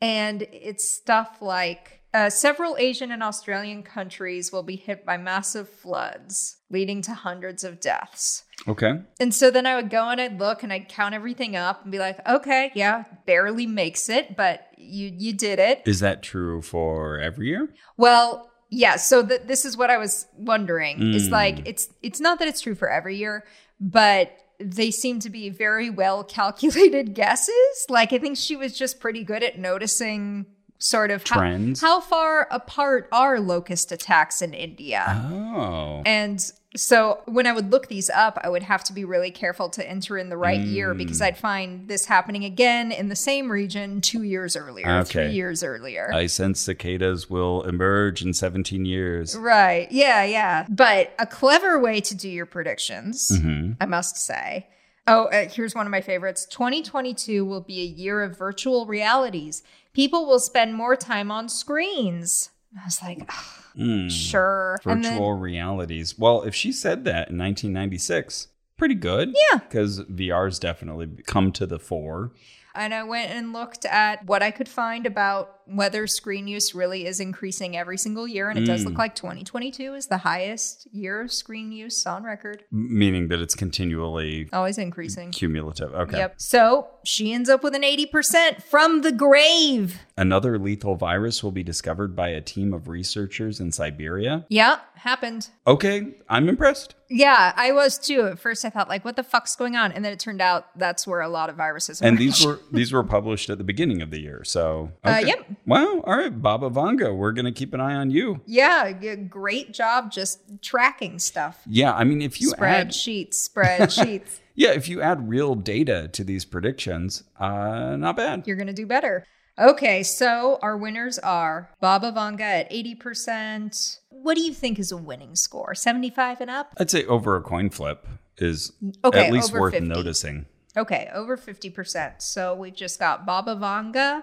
Speaker 1: and it's stuff like uh, several Asian and Australian countries will be hit by massive floods, leading to hundreds of deaths.
Speaker 2: Okay.
Speaker 1: And so then I would go and I'd look and I'd count everything up and be like, okay, yeah, barely makes it, but you you did it.
Speaker 2: Is that true for every year?
Speaker 1: Well, yeah, so th- this is what I was wondering. It's
Speaker 2: Mm.
Speaker 1: like it's it's not that it's true for every year, but they seem to be very well calculated guesses. Like I think she was just pretty good at noticing sort of how,
Speaker 2: Trends.
Speaker 1: how far apart are locust attacks in India.
Speaker 2: oh.
Speaker 1: And so when I would look these up, I would have to be really careful to enter in the right year
Speaker 2: Mm.
Speaker 1: because I'd find this happening again in the same region two years earlier,
Speaker 2: Okay.
Speaker 1: three years earlier.
Speaker 2: I sense cicadas will emerge in 17 years.
Speaker 1: right. Yeah. Yeah. But a clever way to do your predictions,
Speaker 2: hmm
Speaker 1: I must say. Oh, uh, here's one of my favorites 2022 will be a year of virtual realities. People will spend more time on screens. I was like, "Ugh,
Speaker 2: Mm.
Speaker 1: sure. And then-
Speaker 2: Virtual realities. Well, if she said that in 1996, pretty good.
Speaker 1: Yeah.
Speaker 2: Because VR's definitely come to the fore.
Speaker 1: And I went and looked at what I could find about whether screen use really is increasing every single year. And it does
Speaker 2: Mm.
Speaker 1: look like 2022 is the highest year of screen use on record.
Speaker 2: M- Meaning that it's continually
Speaker 1: Always increasing.
Speaker 2: cumulative. Okay.
Speaker 1: Yep. So she ends up with an 80% from the grave.
Speaker 2: Another lethal virus will be discovered by a team of researchers in Siberia.
Speaker 1: Yeah, happened.
Speaker 2: Okay, I'm impressed.
Speaker 1: Yeah, I was too. At first, I thought, like, what the fuck's going on? And then it turned out that's where a lot of viruses are.
Speaker 2: And these were these were published at the beginning of the year. So
Speaker 1: Uh,
Speaker 2: okay.
Speaker 1: yep.
Speaker 2: Wow. All right, Baba Vanga, we're gonna keep an eye on you.
Speaker 1: yeah, g- great job just tracking stuff.
Speaker 2: Yeah, I mean, if you add
Speaker 1: Spreadsheets, spreadsheets.
Speaker 2: yeah, if you add real data to these predictions, uh, not bad.
Speaker 1: you're going to do better. Okay, so our winners are Baba Vanga at 80%. What do you think is a winning score? 75 and up?
Speaker 2: I'd say over a coin flip is
Speaker 1: Okay,
Speaker 2: at least
Speaker 1: over
Speaker 2: worth
Speaker 1: 50.
Speaker 2: noticing.
Speaker 1: Okay, over 50%. So we've just got Baba Vanga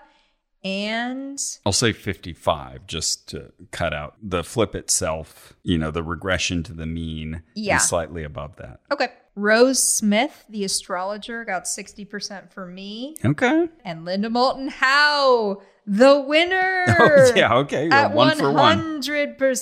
Speaker 1: and
Speaker 2: I'll say 55 just to cut out the flip itself, you know, the regression to the mean
Speaker 1: Yeah.
Speaker 2: is slightly above that.
Speaker 1: okay, Rose Smith, the astrologer, got 60% for me,
Speaker 2: Okay.
Speaker 1: and Linda Moulton Howe, the winner.
Speaker 2: Oh, yeah, okay.
Speaker 1: At
Speaker 2: one for one.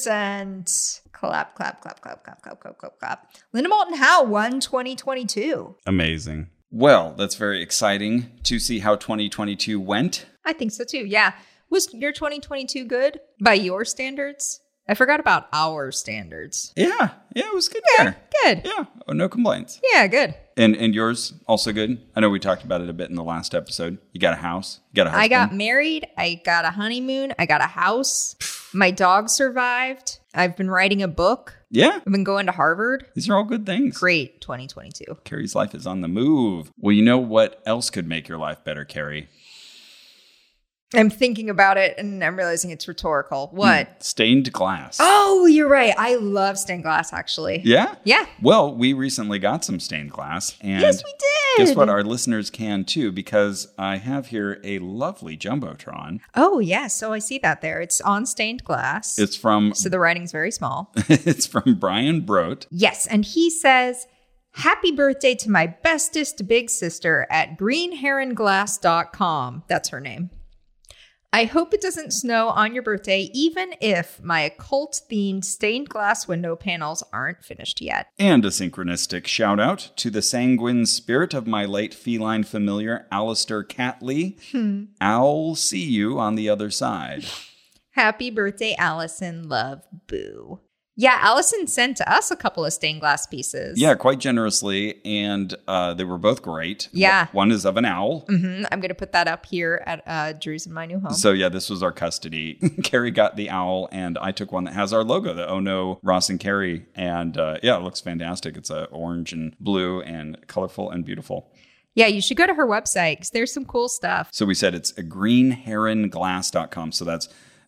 Speaker 1: 100%. Clap, clap, clap, clap, clap, clap, clap, clap, clap. Linda Moulton Howe won 2022.
Speaker 2: Amazing.
Speaker 3: Well, that's very exciting to see how 2022 went.
Speaker 1: I think so too. Yeah. Was your 2022 good by your standards? I forgot about our standards.
Speaker 3: Yeah, yeah, it was good year.
Speaker 1: Good.
Speaker 3: Yeah, oh, no complaints.
Speaker 1: Yeah, good.
Speaker 3: And and yours also good. I know we talked about it a bit in the last episode. You got a house. You got a husband.
Speaker 1: I got married. I got a honeymoon. I got a house. My dog survived. I've been writing a book.
Speaker 3: Yeah,
Speaker 1: I've been going to Harvard.
Speaker 3: these are all good things.
Speaker 1: Great 2022.
Speaker 3: Carrie's life is on the move. Well, you know what else could make your life better, Carrie?
Speaker 1: I'm thinking about it and I'm realizing it's rhetorical.
Speaker 2: Hmm.
Speaker 1: What?
Speaker 2: Stained glass.
Speaker 1: Oh, you're right. I love stained glass, actually.
Speaker 2: Yeah?
Speaker 1: Yeah.
Speaker 2: Well, we recently got some stained glass. And
Speaker 1: Yes, we did.
Speaker 2: Guess what? Our listeners can too, because I have here a lovely Jumbotron.
Speaker 1: Oh, yeah. So I see that there. It's on stained glass.
Speaker 2: It's from
Speaker 1: so the writing's very small.
Speaker 2: it's from Brian Brote.
Speaker 1: yes. And he says, Happy birthday to my bestest big sister at greenheronglass.com. That's her name. I hope it doesn't snow on your birthday, even if my occult themed stained glass window panels aren't finished yet.
Speaker 2: And a synchronistic shout out to the sanguine spirit of my late feline familiar, Alistair Catley. I'll see you on the other side.
Speaker 1: Happy birthday, Allison. Love, boo. Yeah, Allison sent to us a couple of stained glass pieces.
Speaker 2: Yeah, quite generously. And uh, they were both great.
Speaker 1: Yeah.
Speaker 2: One is of an owl.
Speaker 1: Mhm. I'm going to put that up here at uh, Drew's in my new home.
Speaker 2: So, yeah, this was our custody. Carrie got the owl, and I took one that has our logo, the Oh No Ross and Carrie. And uh, yeah, it looks fantastic. It's uh, orange and blue and colorful and beautiful.
Speaker 1: yeah, you should go to her website because there's some cool stuff.
Speaker 2: So we said it's a greenheronglass.com. So that's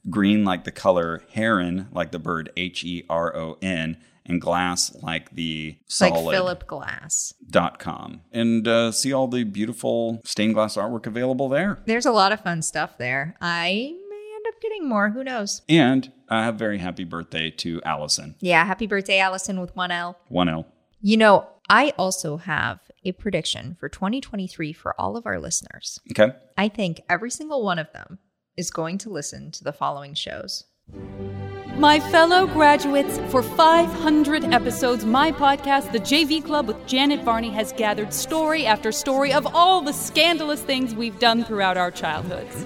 Speaker 2: green like the color, heron like the bird, H E R O N, and glass like the
Speaker 1: Like
Speaker 2: solid
Speaker 1: Philip Glass.
Speaker 2: dot com. And uh, see all the beautiful stained glass artwork available there.
Speaker 1: There's a lot of fun stuff there. I may end up getting more. Who knows?
Speaker 2: And a very happy birthday to Allison.
Speaker 1: Yeah, happy birthday, Allison, with one L.
Speaker 2: One L.
Speaker 1: You know, I also have a prediction for 2023 for all of our listeners.
Speaker 2: Okay.
Speaker 1: I think every single one of them is going to listen to the following shows.
Speaker 4: My fellow graduates, for 500 episodes, my podcast, The JV Club with Janet Varney, has gathered story after story of all the scandalous things we've done throughout our childhoods.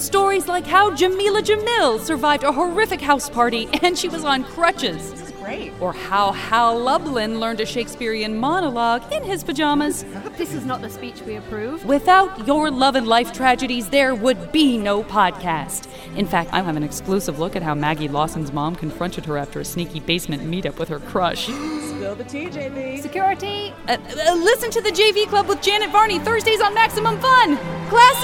Speaker 4: Stories like how Jamila Jamil survived a horrific house party and she was on crutches.
Speaker 1: Great.
Speaker 4: Or how Hal Lublin learned a Shakespearean monologue in his pajamas.
Speaker 5: This is not the speech we approve.
Speaker 4: Without your love and life tragedies, there would be no podcast. In fact, I'll have an exclusive look at how Maggie Lawson's mom confronted her after a sneaky basement meetup with her crush. Uh,
Speaker 5: Security.
Speaker 4: uh, listen to the JV Club with Janet Varney Thursdays on Maximum Fun. Class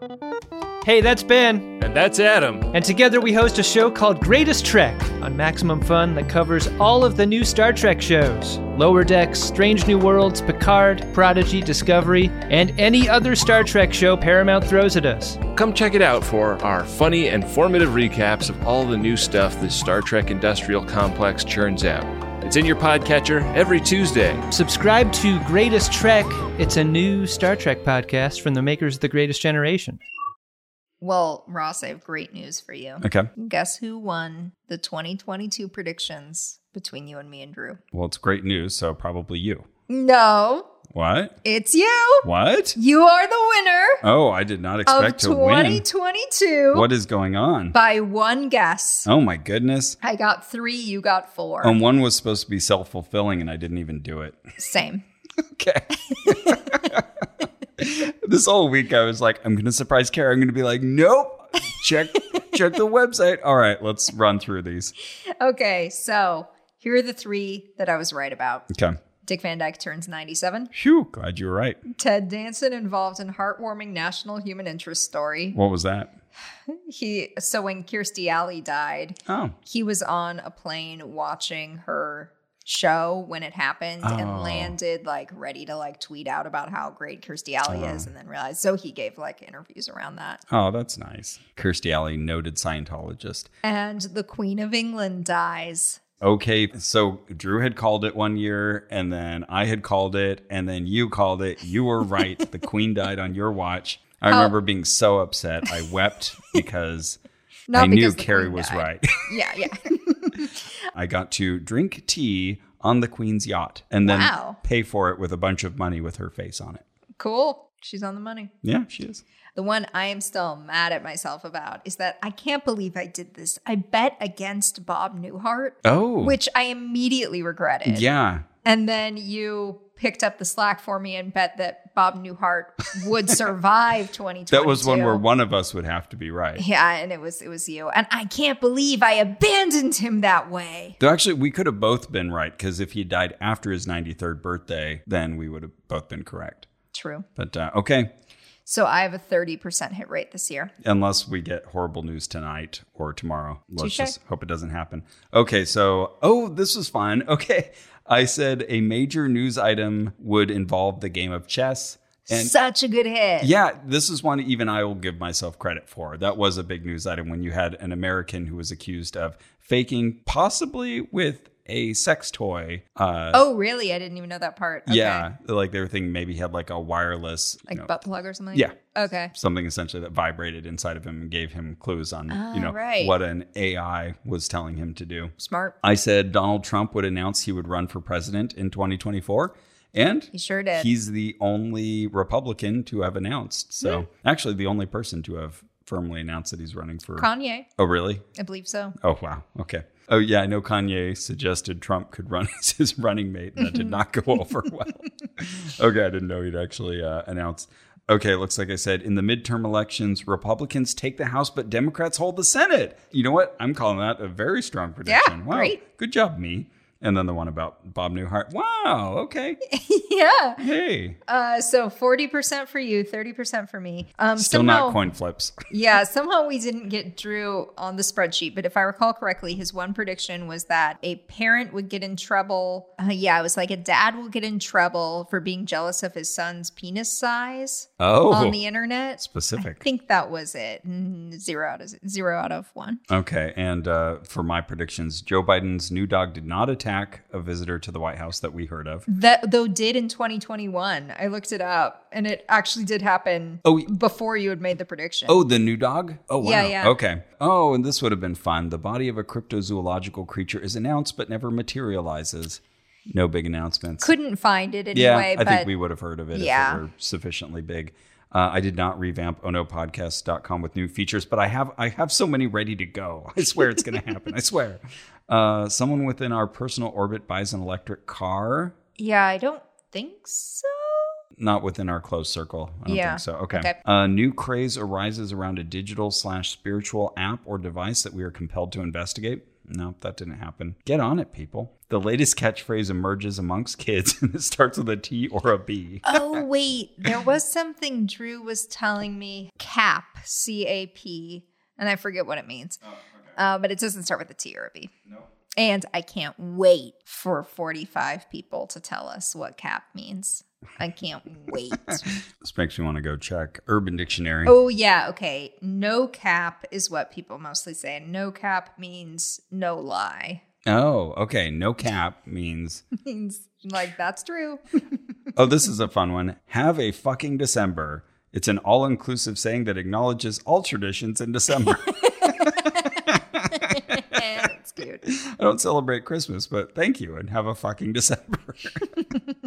Speaker 4: of forever.
Speaker 6: Hey, that's Ben,
Speaker 7: And that's Adam.
Speaker 6: and together we host a show called Greatest Trek on Maximum Fun that covers all of the new Star Trek shows Lower Decks, Strange New Worlds, Picard, Prodigy, Discovery, and any other Star Trek show Paramount throws at us.
Speaker 7: Come check it out for our funny and formative recaps of all the new stuff the Star Trek Industrial Complex churns out. It's in your podcatcher every Tuesday.
Speaker 6: Subscribe to Greatest Trek, it's a new Star Trek podcast from the makers of The Greatest Generation.
Speaker 1: Well, Ross, I have great news for you.
Speaker 2: Okay.
Speaker 1: Guess who won the 2022 predictions between you and me and Drew?
Speaker 2: Well, it's great news. So probably you.
Speaker 1: No,
Speaker 2: What?
Speaker 1: it's you.
Speaker 2: What?
Speaker 1: You are the winner
Speaker 2: Oh, I did not
Speaker 1: of
Speaker 2: expect to win.
Speaker 1: 2022
Speaker 2: What is going on?
Speaker 1: by one guess.
Speaker 2: Oh Um. my goodness.
Speaker 1: I got three, you got four.
Speaker 2: And one was supposed to be self fulfilling, and I didn't even do it.
Speaker 1: Same.
Speaker 2: Okay. this whole week I was like, I'm gonna surprise Kara. I'm gonna be like, nope. Check check the website. All right, let's run through these.
Speaker 1: Okay, so here are the three that I was right about.
Speaker 2: Okay.
Speaker 1: Dick Van Dyke turns 97.
Speaker 2: Phew, glad you were right.
Speaker 1: Ted Danson involved in heartwarming national human interest story.
Speaker 2: What was that?
Speaker 1: He so when Kirstie Alley died,
Speaker 2: Oh.
Speaker 1: he was on a plane watching her show when it happened and
Speaker 2: Oh.
Speaker 1: landed like ready to like tweet out about how great Kirstie Alley is
Speaker 2: Uh-huh.
Speaker 1: and then realized so he gave like interviews around that.
Speaker 2: Oh, that's nice. Kirstie Alley, noted Scientologist.
Speaker 1: And the Queen of England dies.
Speaker 2: Okay, so Drew had called it one year, and then I had called it, and then you called it. You were right. the queen died on your watch. I
Speaker 1: Oh.
Speaker 2: remember being so upset. I wept because I knew
Speaker 1: because the
Speaker 2: Carrie
Speaker 1: Queen
Speaker 2: was
Speaker 1: died.
Speaker 2: right.
Speaker 1: Yeah, yeah.
Speaker 2: I got to drink tea on the Queen's yacht and then
Speaker 1: Wow.
Speaker 2: pay for it with a bunch of money with her face on it.
Speaker 1: cool. She's on the money.
Speaker 2: Yeah, she is.
Speaker 1: The one I am still mad at myself about is that I can't believe I did this. I bet against Bob Newhart,
Speaker 2: Oh,
Speaker 1: which I immediately regretted.
Speaker 2: yeah.
Speaker 1: And then you picked up the slack for me and bet that Bob Newhart would survive 2022.
Speaker 2: That was one where one of us would have to be right.
Speaker 1: Yeah, and it was it was you. And I can't believe I abandoned him that way.
Speaker 2: Though actually, we could have both been right because if he died after his 93rd birthday, then we would have both been correct.
Speaker 1: True.
Speaker 2: But uh, okay,
Speaker 1: So I have a 30% hit rate this year.
Speaker 2: unless we get horrible news tonight or tomorrow. Let's
Speaker 1: Touche.
Speaker 2: just hope it doesn't happen. Okay, so oh, this was fun. Okay, I said a major news item would involve the game of chess. And
Speaker 1: Such a good hit.
Speaker 2: yeah, this is one even I will give myself credit for. That was a big news item when you had an American who was accused of faking, possibly with a sex toy. Uh,
Speaker 1: Oh, really? I didn't even know that part. Okay.
Speaker 2: Yeah, like they were thinking maybe he had like a wireless, you
Speaker 1: Like
Speaker 2: know,
Speaker 1: butt plug or something?
Speaker 2: Yeah.
Speaker 1: Okay.
Speaker 2: something essentially that vibrated inside of him and gave him clues on
Speaker 1: Ah,
Speaker 2: you know
Speaker 1: right.
Speaker 2: what an AI was telling him to do.
Speaker 1: Smart.
Speaker 2: I said Donald Trump would announce he would run for president in 2024 and
Speaker 1: He sure did.
Speaker 2: he's the only Republican to have announced. So
Speaker 1: Hmm.
Speaker 2: actually the only person to have firmly announced that he's running for
Speaker 1: Kanye.
Speaker 2: Oh really?
Speaker 1: I believe so.
Speaker 2: Oh wow. Okay. Oh yeah, I know Kanye suggested Trump could run as his running mate, and that
Speaker 1: Mm-hmm.
Speaker 2: did not go over well. okay, I didn't know he'd actually uh, announced. Okay, looks like I said in the midterm elections, Republicans take the House, but Democrats hold the Senate. You know what? I'm calling that a very strong prediction. wow,
Speaker 1: great.
Speaker 2: good job, me. And then the one about Bob Newhart. Wow. Okay.
Speaker 1: yeah.
Speaker 2: Hey.
Speaker 1: Uh, so 40% for you, 30% for me. Um,
Speaker 2: Still
Speaker 1: somehow,
Speaker 2: not coin flips.
Speaker 1: yeah, somehow we didn't get Drew on the spreadsheet, but if I recall correctly, his one prediction was that a parent would get in trouble. Uh, yeah, it was like a dad will get in trouble for being jealous of his son's penis size
Speaker 2: Oh.
Speaker 1: on the internet. I
Speaker 2: specific.
Speaker 1: think that was it. Mm, Zero out of zero out of one.
Speaker 2: Okay, and uh, for my predictions, Joe Biden's new dog did not attack a visitor to the White House that we heard of.
Speaker 1: That though did in 2021. I looked it up, and it actually did happen.
Speaker 2: Oh, y-
Speaker 1: before you had made the prediction.
Speaker 2: Oh, the new dog? Oh, wow.
Speaker 1: Yeah, yeah.
Speaker 2: Okay. Oh, and this would have been fun. The body of a cryptozoological creature is announced but never materializes. No big announcements.
Speaker 1: couldn't find it anyway.
Speaker 2: yeah, I
Speaker 1: but
Speaker 2: think we would have heard of it
Speaker 1: Yeah.
Speaker 2: if it were sufficiently big. Uh, I did not revamp onopodcast.com with new features, but I have I have so many ready to go. I swear it's going to happen. I swear. Uh, someone within our personal orbit buys an electric car.
Speaker 1: yeah, I don't think so.
Speaker 2: not within our close circle. I don't
Speaker 1: Yeah.
Speaker 2: think so. Okay.
Speaker 1: Okay.
Speaker 2: A new craze arises around a digital slash spiritual app or device that we are compelled to investigate. Nope, that didn't happen. Get on it, people. The latest catchphrase emerges amongst kids and it starts with a T or a B.
Speaker 1: Oh wait, there was something Drew was telling me. Cap, C A P, and I forget what it means. Uh, but it doesn't start with a T or a B. No. And I can't wait for 45 people to tell us what cap means. I can't wait.
Speaker 2: This makes me want to go check Urban Dictionary.
Speaker 1: oh yeah, okay. No cap is what people mostly say. No cap means no lie.
Speaker 2: Oh, okay. No cap means.
Speaker 1: Means like that's true.
Speaker 2: Oh, this is a fun one. Have a fucking December. It's an all inclusive saying that acknowledges all traditions in December.
Speaker 1: it's cute.
Speaker 2: I don't celebrate Christmas, but thank you and have a fucking December.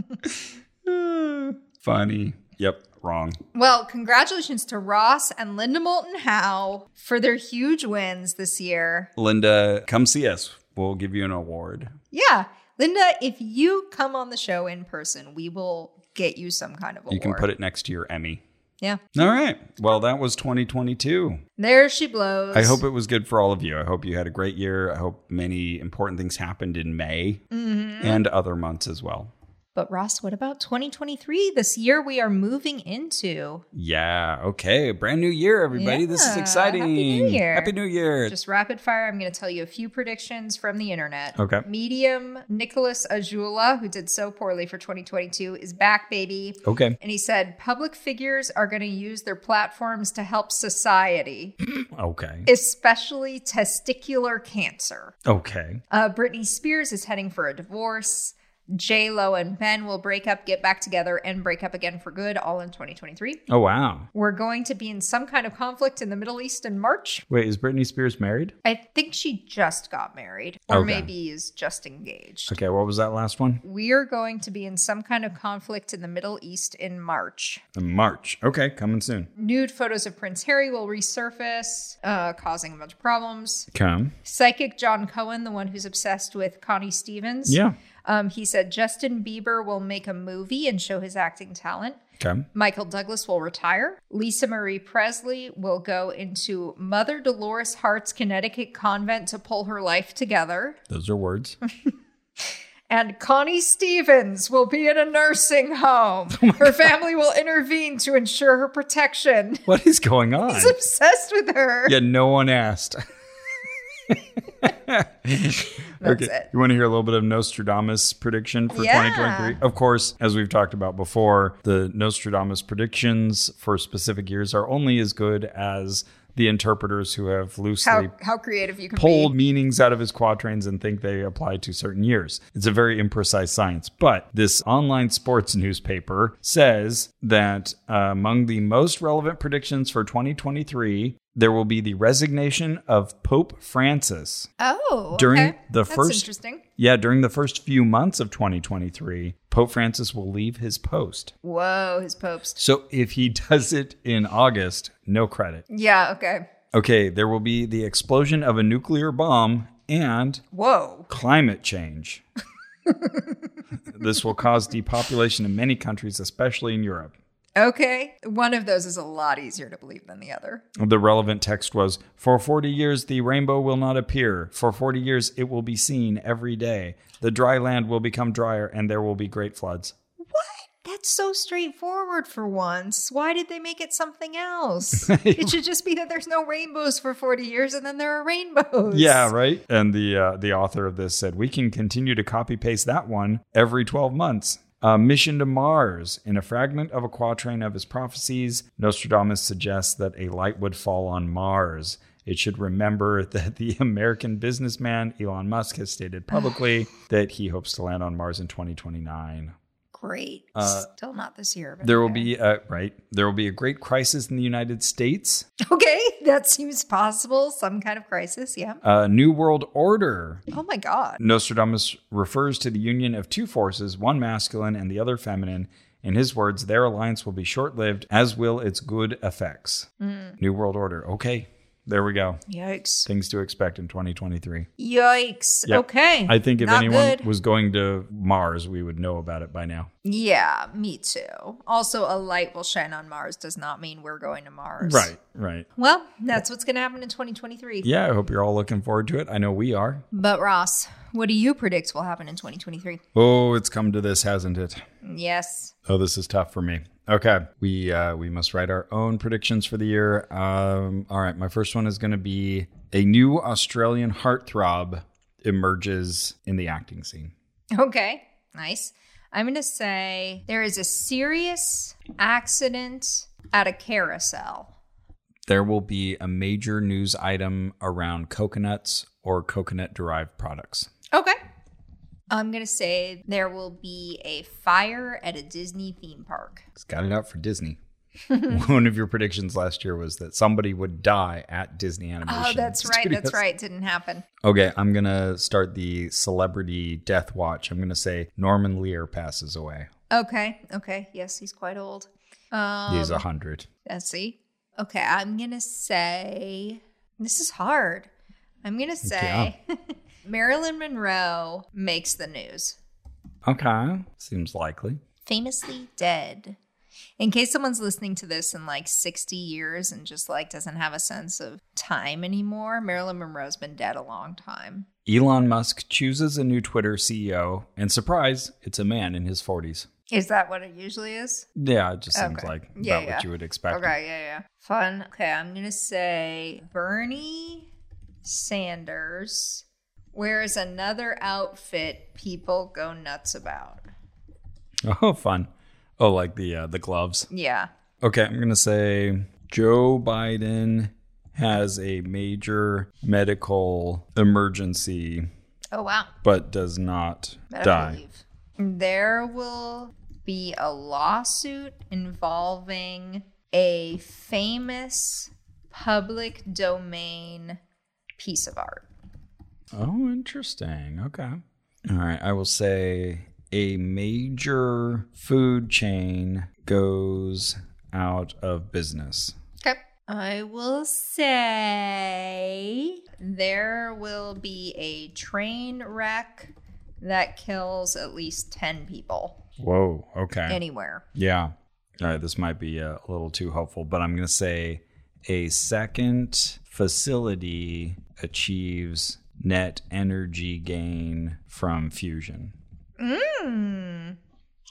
Speaker 2: Uh, Funny. Yep, wrong.
Speaker 1: Well, congratulations to Ross and Linda Moulton Howe for their huge wins this year.
Speaker 2: Linda, come see us. We'll give you an award.
Speaker 1: Yeah. Linda, if you come on the show in person, we will get you some kind of award.
Speaker 2: You can put it next to your Emmy.
Speaker 1: Yeah.
Speaker 2: All right. Well, that was 2022.
Speaker 1: There she blows.
Speaker 2: I hope it was good for all of you. I hope you had a great year. I hope many important things happened in May
Speaker 1: Mm-hmm.
Speaker 2: and other months as well.
Speaker 1: But Ross, what about 2023? This year we are moving into.
Speaker 2: Yeah. Okay. Brand new year, everybody. This is
Speaker 1: Yeah.
Speaker 2: exciting.
Speaker 1: Happy New Year.
Speaker 2: Happy New Year.
Speaker 1: Just rapid fire, I'm going to tell you a few predictions from the internet.
Speaker 2: Okay.
Speaker 1: Medium Nicholas Ajula, who did so poorly for 2022, is back, baby.
Speaker 2: okay.
Speaker 1: And he said, public figures are going to use their platforms to help society,
Speaker 2: Okay.
Speaker 1: especially testicular cancer.
Speaker 2: Okay.
Speaker 1: Uh, Britney Spears is heading for a divorce. J Lo and Ben will break up, get back together, and break up again for good, all in 2023.
Speaker 2: Oh, wow.
Speaker 1: We're going to be in some kind of conflict in the Middle East in March.
Speaker 2: Wait, is Britney Spears married?
Speaker 1: I think she just got married, or
Speaker 2: Okay.
Speaker 1: maybe is just engaged.
Speaker 2: Okay, what was that last one?
Speaker 1: We're going to be in some kind of conflict in the Middle East in March.
Speaker 2: March. Okay, coming soon.
Speaker 1: Nude photos of Prince Harry will resurface, uh, causing a bunch of problems.
Speaker 2: Come.
Speaker 1: Psychic John Cohen, the one who's obsessed with Connie Stevens, Um, he said Justin Bieber will make a movie and show his acting talent.
Speaker 2: Okay.
Speaker 1: Michael Douglas will retire. Lisa Marie Presley will go into Mother Dolores Hart's Connecticut convent to pull her life together.
Speaker 2: Those are words.
Speaker 1: And Connie Stevens will be in a nursing home.
Speaker 2: Oh
Speaker 1: her family will intervene to ensure her protection.
Speaker 2: what is going on?
Speaker 1: He's obsessed with her.
Speaker 2: Yeah, no one asked. okay.
Speaker 1: it.
Speaker 2: You want to hear a little bit of Nostradamus prediction for
Speaker 1: Yeah.
Speaker 2: 2023? Of course, as we've talked about before, the Nostradamus predictions for specific years are only as good as the interpreters who have loosely
Speaker 1: How, how creative you can
Speaker 2: pulled
Speaker 1: be.
Speaker 2: meanings out of his quatrains and think they apply to certain years. It's a very imprecise science. But this online sports newspaper says that uh, among the most relevant predictions for 2023, there will be the resignation of Pope Francis.
Speaker 1: Oh,
Speaker 2: During
Speaker 1: okay.
Speaker 2: the
Speaker 1: That's
Speaker 2: first-
Speaker 1: interesting.
Speaker 2: Yeah, during the first few months of 2023, Pope Francis will leave his post.
Speaker 1: Whoa, his popes.
Speaker 2: So if he does it in August, no credit.
Speaker 1: Yeah, okay.
Speaker 2: Okay, there will be the explosion of a nuclear bomb and
Speaker 1: Whoa.
Speaker 2: climate change. this will cause depopulation in many countries, especially in Europe.
Speaker 1: Okay. One of those is a lot easier to believe than the other.
Speaker 2: The relevant text was For 40 years, the rainbow will not appear. For 40 years, it will be seen every day. The dry land will become drier, and there will be great floods.
Speaker 1: What? That's so straightforward for once. Why did they make it something else? it should just be that there's no rainbows for 40 years and then there are rainbows.
Speaker 2: Yeah, right. And the uh, the author of this said we can continue to copy paste that one every 12 months. Uh, mission to Mars. In a fragment of a quatrain of his prophecies, Nostradamus suggests that a light would fall on Mars. It should remember that the American businessman Elon Musk has stated publicly that he hopes to land on Mars in 2029.
Speaker 1: Great. Still not this year. But
Speaker 2: Uh, There will
Speaker 1: okay.
Speaker 2: be a, right. There will be a great crisis in the United States.
Speaker 1: Okay. That seems possible. Some kind of crisis. Yeah.
Speaker 2: A new world order
Speaker 1: Oh my God.
Speaker 2: Nostradamus refers to the union of two forces, one masculine and the other feminine. In his words, their alliance will be short lived, as will its good effects.
Speaker 1: Mm.
Speaker 2: New World Order. Okay, there we go.
Speaker 1: Yikes.
Speaker 2: Things to expect in 2023.
Speaker 1: Yikes.
Speaker 2: Yep.
Speaker 1: Okay.
Speaker 2: I think if
Speaker 1: Not
Speaker 2: anyone
Speaker 1: good.
Speaker 2: was going to Mars, we would know about it by now.
Speaker 1: Yeah, me too. Also, a light will shine on Mars does not mean we're going to Mars.
Speaker 2: Right, right.
Speaker 1: Well, that's what's going to happen in 2023.
Speaker 2: Yeah, I hope you're all looking forward to it. I know we are.
Speaker 1: But, Ross, what do you predict will happen in 2023?
Speaker 2: Oh, it's come to this, hasn't it?
Speaker 1: Yes.
Speaker 2: Oh, this is tough for me. Okay, we uh, we must write our own predictions for the year. Um, all right, my first one is going to be a new Australian heartthrob emerges in the acting scene.
Speaker 1: Okay, nice. I'm going to say there is a serious accident at a carousel.
Speaker 2: There will be a major news item around coconuts or coconut derived products.
Speaker 1: Okay. I'm going to say there will be a fire at a Disney theme park.
Speaker 2: It's got it out for Disney. one of your predictions last year was that somebody would die at Disney Animation.
Speaker 1: Oh, that's right.
Speaker 2: Studios.
Speaker 1: That's right. Didn't happen.
Speaker 2: Okay, I'm gonna start the celebrity death watch. I'm gonna say Norman Lear passes away.
Speaker 1: Okay. Okay. Yes, he's quite old. Um,
Speaker 2: He's a hundred.
Speaker 1: Let's see. Okay, I'm gonna say this is hard. I'm gonna say Marilyn Monroe makes the news.
Speaker 2: Okay, seems likely.
Speaker 1: Famously dead. In case someone's listening to this in like 60 years and just like doesn't have a sense of time anymore, Marilyn Monroe's been dead a long time.
Speaker 2: Elon Musk chooses a new Twitter CEO, and surprise, it's a man in his forties.
Speaker 1: Is that what it usually is?
Speaker 2: Yeah, it just seems
Speaker 1: Okay.
Speaker 2: like
Speaker 1: Yeah,
Speaker 2: about
Speaker 1: yeah.
Speaker 2: what you would expect.
Speaker 1: Okay, yeah, yeah. Fun. Okay, I'm gonna say Bernie Sanders wears another outfit people go nuts about.
Speaker 2: Oh, fun. Oh, like the uh, the gloves.
Speaker 1: Yeah.
Speaker 2: Okay, I'm gonna say Joe Biden has a major medical emergency,
Speaker 1: Oh wow.
Speaker 2: but does not
Speaker 1: Medical
Speaker 2: die.
Speaker 1: leave. There will be a lawsuit involving a famous public domain piece of art.
Speaker 2: Oh, interesting. Okay. All right. I will say a major food chain goes out of business.
Speaker 1: Okay. I will say there will be a train wreck That kills at least 10 people
Speaker 2: Whoa. Okay.
Speaker 1: anywhere.
Speaker 2: yeah. All right. This might be uh, a little too helpful, but I'm going to say a second facility achieves net energy gain from fusion.
Speaker 1: Mm,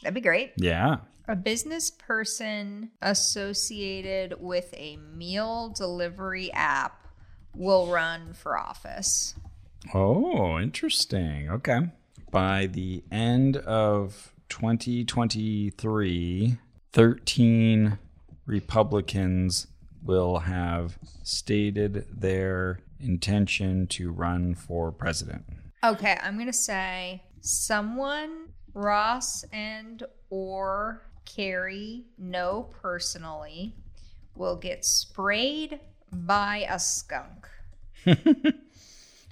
Speaker 1: that'd be great.
Speaker 2: Yeah.
Speaker 1: A business person associated with a meal delivery app will run for office.
Speaker 2: Oh, interesting. Okay. By the end of 2023, 13 Republicans will have stated their intention to run for president.
Speaker 1: Okay, I'm gonna say someone Ross and or Carrie know personally will get sprayed by a skunk.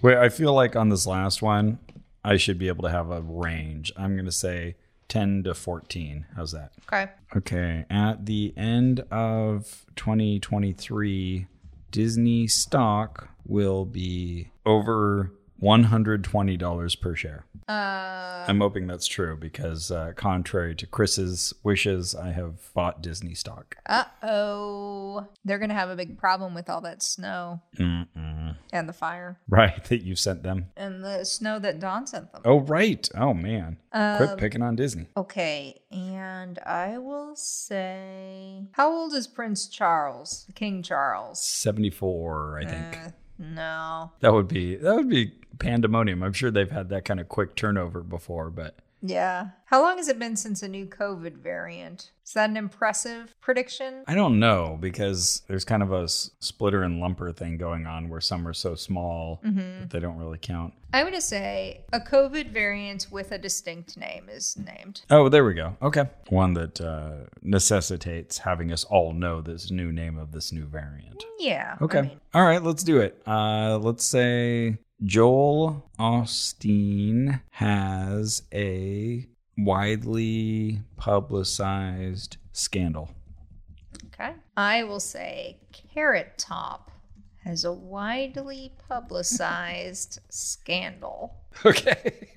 Speaker 2: Wait, I feel like on this last one, I should be able to have a range. I'm going to say 10 to 14. How's that?
Speaker 1: Okay.
Speaker 2: Okay, at the end of 2023, Disney stock will be over $120 per share.
Speaker 1: Uh,
Speaker 2: I'm hoping that's true because, uh, contrary to Chris's wishes, I have bought Disney stock.
Speaker 1: uh oh, they're gonna have a big problem with all that snow
Speaker 2: Mm-mm.
Speaker 1: and the fire
Speaker 2: Right, that you sent them.
Speaker 1: and the snow that Don sent them.
Speaker 2: Oh, right. Oh, man. Quit
Speaker 1: Um,
Speaker 2: picking on Disney.
Speaker 1: Okay, and I will say, how old is Prince Charles, King Charles?
Speaker 2: 74, I think.
Speaker 1: Uh, no,
Speaker 2: that would be that would be pandemonium. I'm sure they've had that kind of quick turnover before, but
Speaker 1: Yeah. How long has it been since a new COVID variant? Is that an impressive prediction?
Speaker 2: I don't know because there's kind of a s- splitter and lumper thing going on where some are so small that they don't really count.
Speaker 1: I'm going to say a COVID variant with a distinct name is named.
Speaker 2: Oh, there we go. Okay. One that uh, necessitates having us all know this new name of this new variant.
Speaker 1: Yeah. I
Speaker 2: Okay.
Speaker 1: mean,
Speaker 2: all right, let's do it. Uh, let's say Joel Austin has a widely publicized scandal.
Speaker 1: okay. I will say Carrot Top has a widely publicized scandal.
Speaker 2: Okay.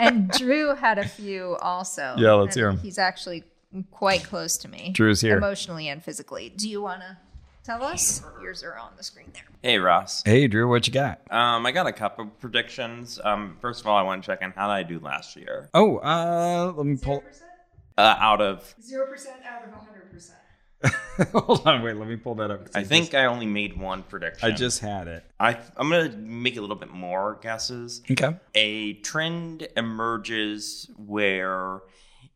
Speaker 1: And Drew had a few also.
Speaker 2: Yeah, let's
Speaker 1: And
Speaker 2: hear 'em.
Speaker 1: He's actually quite close to me.
Speaker 2: Drew's here.
Speaker 1: Emotionally and physically. Do you want to tell us? Yours are on the screen there.
Speaker 8: Hey, Ross.
Speaker 2: hey, Drew, what you got?
Speaker 8: Um, I got a couple predictions. Um, first of all, I want to check in how did I do last year?
Speaker 2: Oh, uh, let me pull.
Speaker 8: Uh, out of,
Speaker 2: Hold on, wait, let me pull that up. 'cause
Speaker 8: I think I only made one prediction.
Speaker 2: I just had it.
Speaker 8: I, I'm gonna make a little bit more guesses.
Speaker 2: Okay.
Speaker 8: A trend emerges where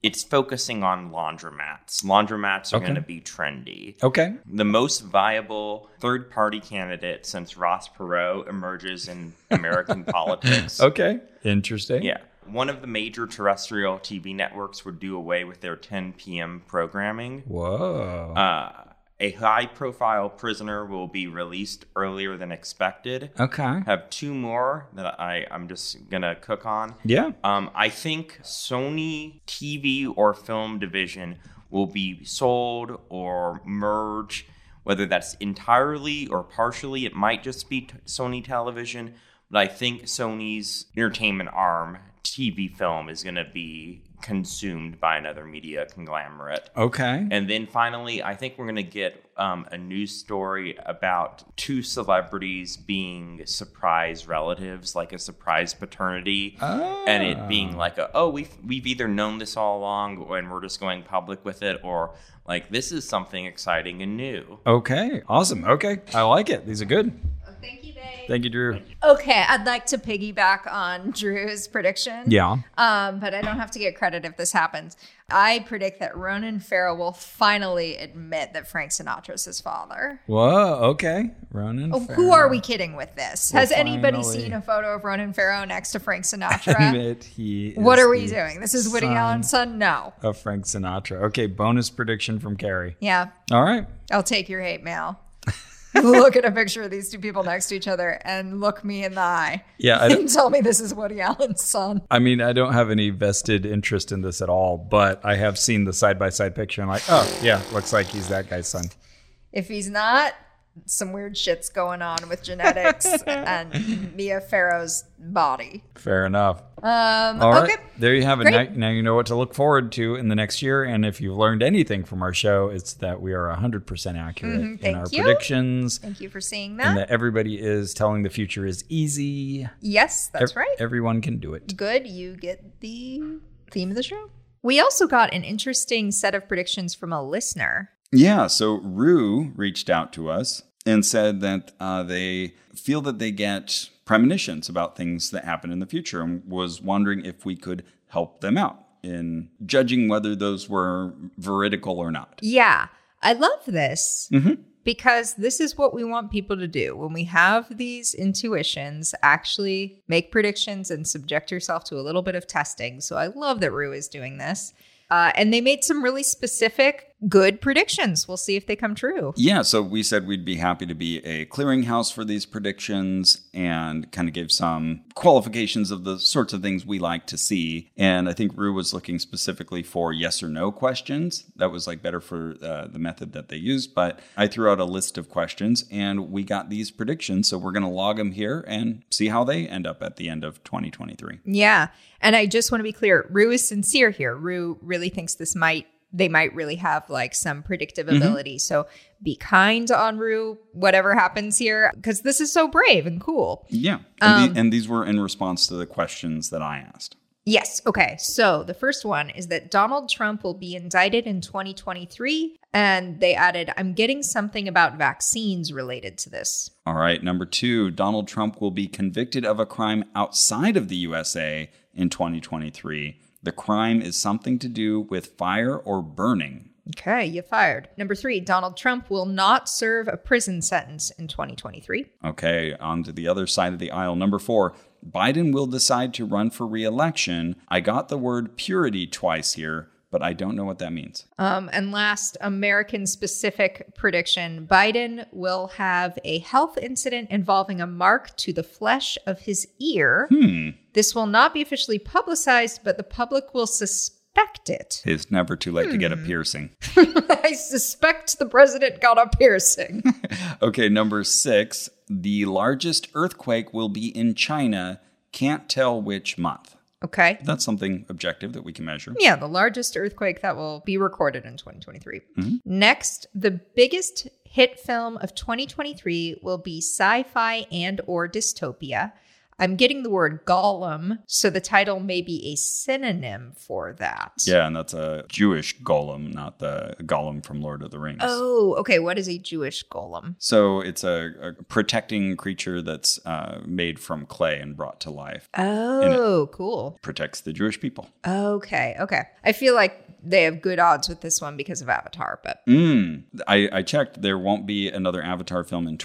Speaker 8: it's focusing on laundromats. Laundromats are
Speaker 2: Okay.
Speaker 8: gonna be trendy.
Speaker 2: Okay.
Speaker 8: The most viable third party candidate since Ross Perot emerges in American politics.
Speaker 2: Okay. Interesting.
Speaker 8: Yeah. One of the major terrestrial TV networks would do away with their 10 p.m. programming.
Speaker 2: Whoa.
Speaker 8: Uh, a high profile prisoner will be released earlier than expected.
Speaker 2: Uh. okay.
Speaker 8: have two more that I, I'm just going to cook on.
Speaker 2: Yeah.
Speaker 8: Um, I think Sony TV or film division will be sold or merge, whether that's entirely or partially. It might just be t- Sony Television, but I think Sony's entertainment arm, TV film, is going to be consumed by another media conglomerate.
Speaker 2: Okay.
Speaker 8: And then finally, I think we're going to get um, a news story about two celebrities being surprise relatives, like a surprise paternity, and it being like, a, oh, we've, we've either known this all along or- and we're just going public with it, or like, this is something exciting and new.
Speaker 2: Okay. Awesome. Okay. I like it. These are good.
Speaker 1: Oh, Thank you, babe.
Speaker 2: Thank you, Drew.
Speaker 1: Okay, I'd like to piggyback on Drew's prediction.
Speaker 2: Yeah.
Speaker 1: Um, but I don't have to get credit if this happens. I predict that Ronan Farrow will finally admit that Frank Sinatra's his father.
Speaker 2: Whoa. Okay. Ronan.
Speaker 1: Oh,
Speaker 2: Farrow.
Speaker 1: who are we kidding with this?
Speaker 2: Well,
Speaker 1: Has anybody
Speaker 2: finally.
Speaker 1: seen a photo of Ronan Farrow next to Frank Sinatra?
Speaker 2: Admit he is
Speaker 1: what are we
Speaker 2: the
Speaker 1: doing? This is Woody
Speaker 2: son
Speaker 1: Allen's son? No.
Speaker 2: Of Frank Sinatra. Okay. Bonus prediction from Carrie.
Speaker 1: Yeah,
Speaker 2: All right.
Speaker 1: I'll take your hate mail. look at a picture of these two people next to each other and look me in the eye
Speaker 2: Yeah. I don't,
Speaker 1: and tell me this is Woody Allen's son.
Speaker 2: I mean, I don't have any vested interest in this at all, but I have seen the side by side picture and like, oh yeah, looks like he's that guy's son.
Speaker 1: If he's not, some weird shit's going on with genetics and Mia Farrow's body.
Speaker 3: Fair enough.
Speaker 1: Um,
Speaker 3: All right.
Speaker 1: okay.
Speaker 3: There you have it.
Speaker 1: Great.
Speaker 3: Now, now you know what to look forward to in the next year. And if you've learned anything from our show, it's that we are 100% accurate in
Speaker 1: Mm-hmm. thank
Speaker 3: our
Speaker 1: you.
Speaker 3: predictions
Speaker 1: Thank you for seeing
Speaker 3: and
Speaker 1: that.
Speaker 3: that everybody is telling the future is easy.
Speaker 1: yes, that's
Speaker 3: Ev-
Speaker 1: right.
Speaker 3: Everyone can do it.
Speaker 1: good, you get the theme of the show. We also got an interesting set of predictions from a listener.
Speaker 2: Yeah, so Rue reached out to us and said that uh, they feel that they get premonitions about things that happen in the future and was wondering if we could help them out in judging whether those were veridical or not.
Speaker 1: Yeah, I love this because this is what we want people to do. When we have these intuitions, actually make predictions and subject yourself to a little bit of testing. So I love that Rue is doing this. Uh, and they made some really specific good predictions. We'll see if they come true.
Speaker 2: Yeah, so we said we'd be happy to be a clearinghouse for these predictions and kind of gave some qualifications of the sorts of things we like to see. And I think Rue was looking specifically for yes or no questions. That was like better for uh, the method that they used. But I threw out a list of questions and we got these predictions. So we're going to log them here and see how they end up at the end of 2023.
Speaker 1: Yeah. And I just want to be clear, Rue is sincere here. Rue really thinks this might they might really have like some predictive ability. So be kind on Rue, whatever happens here, because this is so brave and cool.
Speaker 2: Yeah. And, the- and these were in response to the questions that I asked.
Speaker 1: Yes. Okay. So the first one is that Donald Trump will be indicted in 2023. And they added, I'm getting something about vaccines related to this.
Speaker 2: All right, number two, Donald Trump will be convicted of a crime outside of the USA in 2023. The crime is something to do with fire or burning.
Speaker 1: Okay, you fired. Number three, Donald Trump will not serve a prison sentence in 2023.
Speaker 2: Okay, on to the other side of the aisle. Number four, Biden will decide to run for re election. I got the word purity twice here, but I don't know what that means.
Speaker 1: Um, and last, American specific prediction Biden will have a health incident involving a mark to the flesh of his ear. This will not be officially publicized, but the public will suspect it.
Speaker 2: It's never too late to get a piercing.
Speaker 1: I suspect the president got a piercing.
Speaker 2: Okay, number six, the largest earthquake will be in China. Can't tell which month.
Speaker 1: okay.
Speaker 2: That's something objective that we can measure.
Speaker 1: Yeah, the largest earthquake that will be recorded in 2023.
Speaker 2: Mm-hmm.
Speaker 1: Next, the biggest hit film of 2023 will be sci-fi and or dystopia. I'm getting the word golem, so the title may be a synonym for that.
Speaker 2: Yeah, and that's a Jewish golem, not the golem from Lord of the Rings.
Speaker 1: Oh, okay. What is a Jewish golem?
Speaker 2: So it's a, a protecting creature that's uh, made from clay and brought to life.
Speaker 1: Oh, cool.
Speaker 2: Protects the Jewish people.
Speaker 1: Okay, okay. I feel like they have good odds with this one because of Avatar, but
Speaker 2: Mm. I, I checked. There won't be another Avatar film in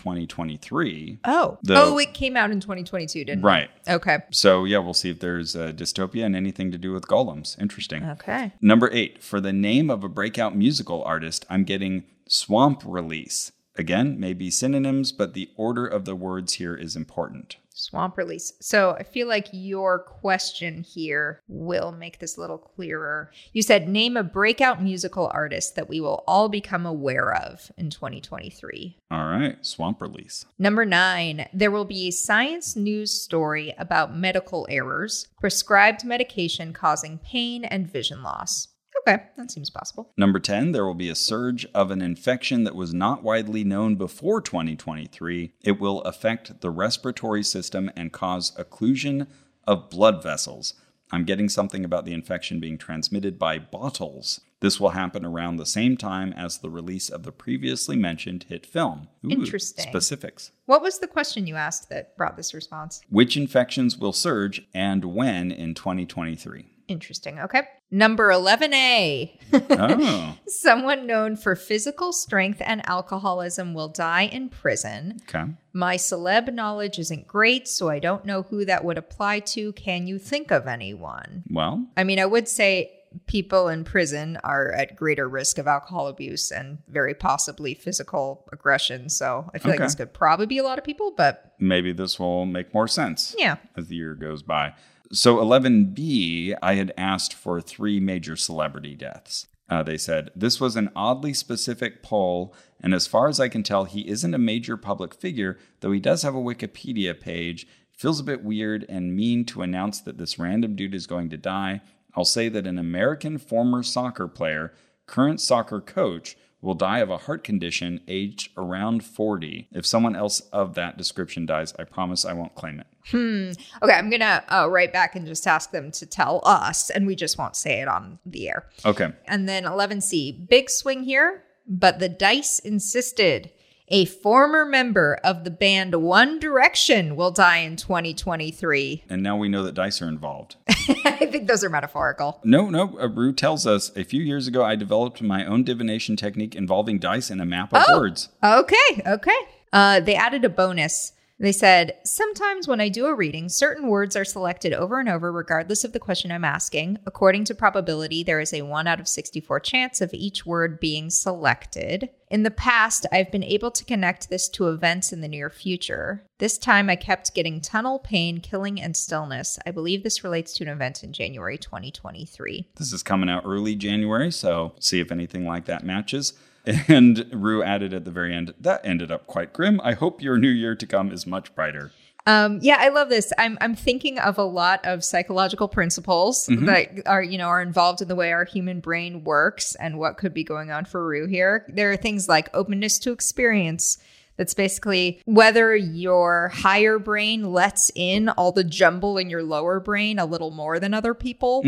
Speaker 2: 2023.
Speaker 1: oh,
Speaker 2: The-
Speaker 1: oh, it came out in 2022, didn't
Speaker 2: Right.
Speaker 1: it? Okay,
Speaker 2: So yeah, we'll see if there's a dystopia and anything to do with golems. Interesting.
Speaker 1: okay.
Speaker 2: Number eight, for the name of a breakout musical artist, I'm getting Swamp Release. Again, maybe synonyms, but the order of the words here is important.
Speaker 1: swamp release. So I feel like your question here will make this a little clearer. You said name a breakout musical artist that we will all become aware of in 2023.
Speaker 2: All right, Swamp Release.
Speaker 1: Number nine, there will be a science news story about medical errors, prescribed medication causing pain and vision loss. Okay, that seems possible.
Speaker 2: Number 10, there will be a surge of an infection that was not widely known before 2023. It will affect the respiratory system and cause occlusion of blood vessels. I'm getting something about the infection being transmitted by bottles. This will happen around the same time as the release of the previously mentioned hit film. Ooh,
Speaker 1: Interesting.
Speaker 2: Specifics.
Speaker 1: What was the question you asked that brought this response?
Speaker 2: Which infections will surge and when in 2023?
Speaker 1: Interesting. Okay. Number 11A.
Speaker 2: oh,
Speaker 1: Someone known for physical strength and alcoholism will die in prison.
Speaker 2: okay.
Speaker 1: My celeb knowledge isn't great, so I don't know who that would apply to. Can you think of anyone?
Speaker 2: Well,
Speaker 1: I mean, I would say people in prison are at greater risk of alcohol abuse and very possibly physical aggression. So I feel
Speaker 2: Okay.
Speaker 1: like this could probably be a lot of people, but
Speaker 2: maybe this will make more sense.
Speaker 1: yeah.
Speaker 2: as the year goes by. So 11B, I had asked for three major celebrity deaths. Uh, they said, This was an oddly specific poll, and as far as I can tell, he isn't a major public figure, though he does have a Wikipedia page. Feels a bit weird and mean to announce that this random dude is going to die. I'll say that an American former soccer player, current soccer coach, will die of a heart condition aged around 40. If someone else of that description dies, I promise I won't claim it.
Speaker 1: Okay, I'm gonna uh, write back and just ask them to tell us, and we just won't say it on the air.
Speaker 2: Okay.
Speaker 1: And then 11C, big swing here, but the dice insisted a former member of the band One Direction will die in 2023.
Speaker 2: And now we know that dice are involved.
Speaker 1: I think those are metaphorical.
Speaker 2: No, no. Aru tells us a few years ago I developed my own divination technique involving dice and a map of
Speaker 1: Oh!
Speaker 2: words.
Speaker 1: Okay, okay. Uh, they added a bonus. They said, Sometimes when I do a reading, certain words are selected over and over, regardless of the question I'm asking. According to probability, there is a 1 out of 64 chance of each word being selected. In the past, I've been able to connect this to events in the near future. This time, I kept getting tunnel pain, killing, and stillness. I believe this relates to an event in January 2023.
Speaker 2: This is coming out early January, so see if anything like that matches. And Rue added at the very end, that ended up quite grim. I hope your new year to come is much brighter.
Speaker 1: Um, yeah, I love this. I'm I'm thinking of a lot of psychological principles that are you know are involved in the way our human brain works and what could be going on for Rue here. There are things like openness to experience. That's basically whether your higher brain lets in all the jumble in your lower brain a little more than other people.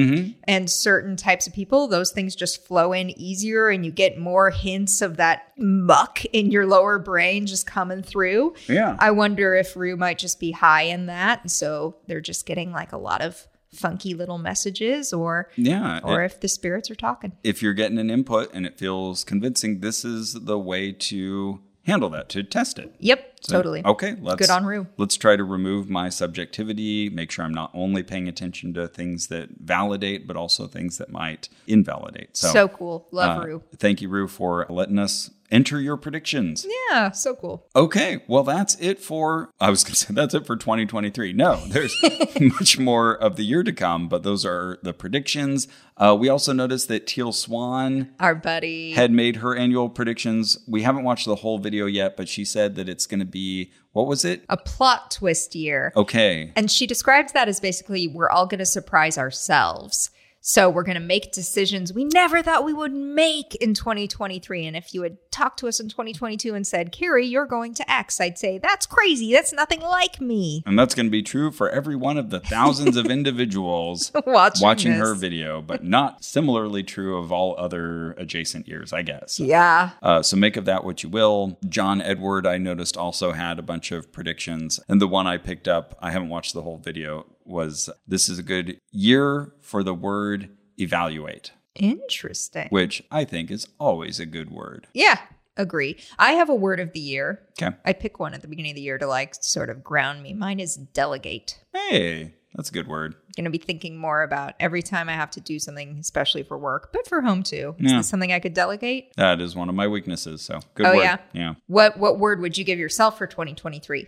Speaker 1: And certain types of people, those things just flow in easier and you get more hints of that muck in your lower brain just coming through.
Speaker 2: Yeah.
Speaker 1: I wonder if Rue might just be high in that. And so they're just getting like a lot of funky little messages or
Speaker 2: Yeah.
Speaker 1: or
Speaker 2: it-
Speaker 1: if the spirits are talking.
Speaker 2: if you're getting an input and it feels convincing, this is the way to handle that, to test it.
Speaker 1: Yep,
Speaker 2: So,
Speaker 1: totally.
Speaker 2: Okay, let's
Speaker 1: Good on Rue.
Speaker 2: Let's try to remove my subjectivity, make sure I'm not only paying attention to things that validate, but also things that might invalidate. So,
Speaker 1: So, cool. Love
Speaker 2: uh,
Speaker 1: Rue.
Speaker 2: thank you, Rue, for letting us enter your predictions.
Speaker 1: Yeah, so cool.
Speaker 2: Okay, well, that's it for. I was going to say that's it for 2023. No, there's much more of the year to come, but those are the predictions. Uh, we also noticed that Teal Swan
Speaker 1: Our buddy.
Speaker 2: had made her annual predictions. We haven't watched the whole video yet, but she said that it's going to be what was it?
Speaker 1: a plot twist year.
Speaker 2: Okay.
Speaker 1: And she describes that as basically we're all going to surprise ourselves. So we're going to make decisions we never thought we would make in 2023. And if you had talked to us in 2022 and said, Carrie, you're going to X, I'd say, that's crazy. That's nothing like me.
Speaker 2: And that's going to be true for every one of the thousands of individuals
Speaker 1: Watching this.
Speaker 2: her video, but not similarly true of all other adjacent years, I guess.
Speaker 1: Yeah.
Speaker 2: Uh, so make of that what you will. John Edward, I noticed, also had a bunch of predictions. And the one I picked up, I haven't watched the whole video, was this is a good year for the word evaluate,
Speaker 1: Interesting.
Speaker 2: which I think is always a good word.
Speaker 1: Yeah. Agree. I have a word of the year.
Speaker 2: Okay.
Speaker 1: I pick one at the beginning of the year to like sort of ground me. Mine is delegate.
Speaker 2: Hey, that's a good word.
Speaker 1: going to be thinking more about every time I have to do something, especially for work, but for home too. Is
Speaker 2: Yeah.
Speaker 1: this something I could delegate?
Speaker 2: That is one of my weaknesses. So good
Speaker 1: Oh,
Speaker 2: word.
Speaker 1: yeah.
Speaker 2: Yeah.
Speaker 1: What what word would you give yourself for 2023?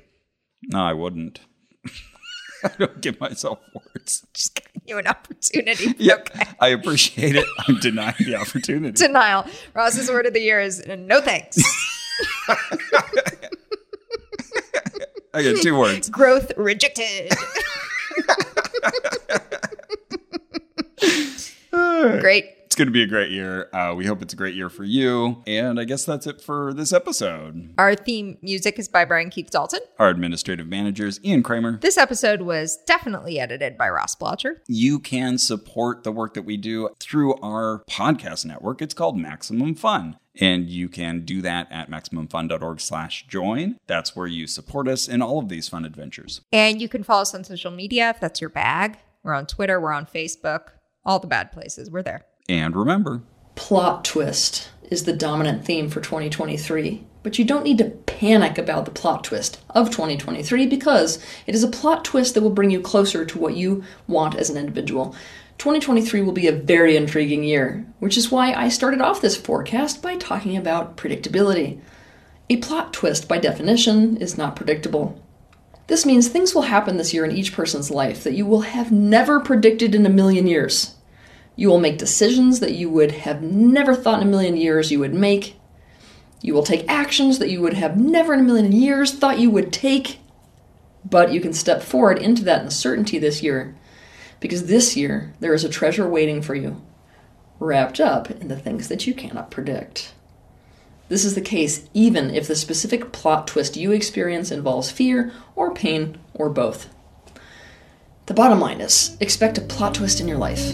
Speaker 2: No, I wouldn't. I don't give myself words.
Speaker 1: Just giving you an opportunity.
Speaker 2: Yep. I appreciate it. I'm denying the opportunity.
Speaker 1: Denial. Ross's word of the year is no thanks.
Speaker 2: I got two words.
Speaker 1: Growth rejected. Great.
Speaker 2: It's going to be a great year. Uh, we hope it's a great year for you. And I guess that's it for this episode.
Speaker 1: Our theme music is by Brian Keith Dalton.
Speaker 2: Our administrative managers, Ian Kramer.
Speaker 1: This episode was definitely edited by Ross Blotcher.
Speaker 2: You can support the work that we do through our podcast network. It's called Maximum Fun. And you can do that at MaximumFun.org slash join. That's where you support us in all of these fun adventures.
Speaker 1: And you can follow us on social media if that's your bag. We're on Twitter, we're on Facebook, all the bad places. We're there.
Speaker 2: And remember,
Speaker 9: plot twist is the dominant theme for 2023. But you don't need to panic about the plot twist of 2023 because it is a plot twist that will bring you closer to what you want as an individual. 2023 will be a very intriguing year, which is why I started off this forecast by talking about predictability. A plot twist, by definition, is not predictable. This means things will happen this year in each person's life that you will have never predicted in a million years. You will make decisions that you would have never thought in a million years you would make. You will take actions that you would have never in a million years thought you would take. But you can step forward into that uncertainty this year because this year there is a treasure waiting for you, wrapped up in the things that you cannot predict. This is the case even if the specific plot twist you experience involves fear or pain or both. The bottom line is expect a plot twist in your life.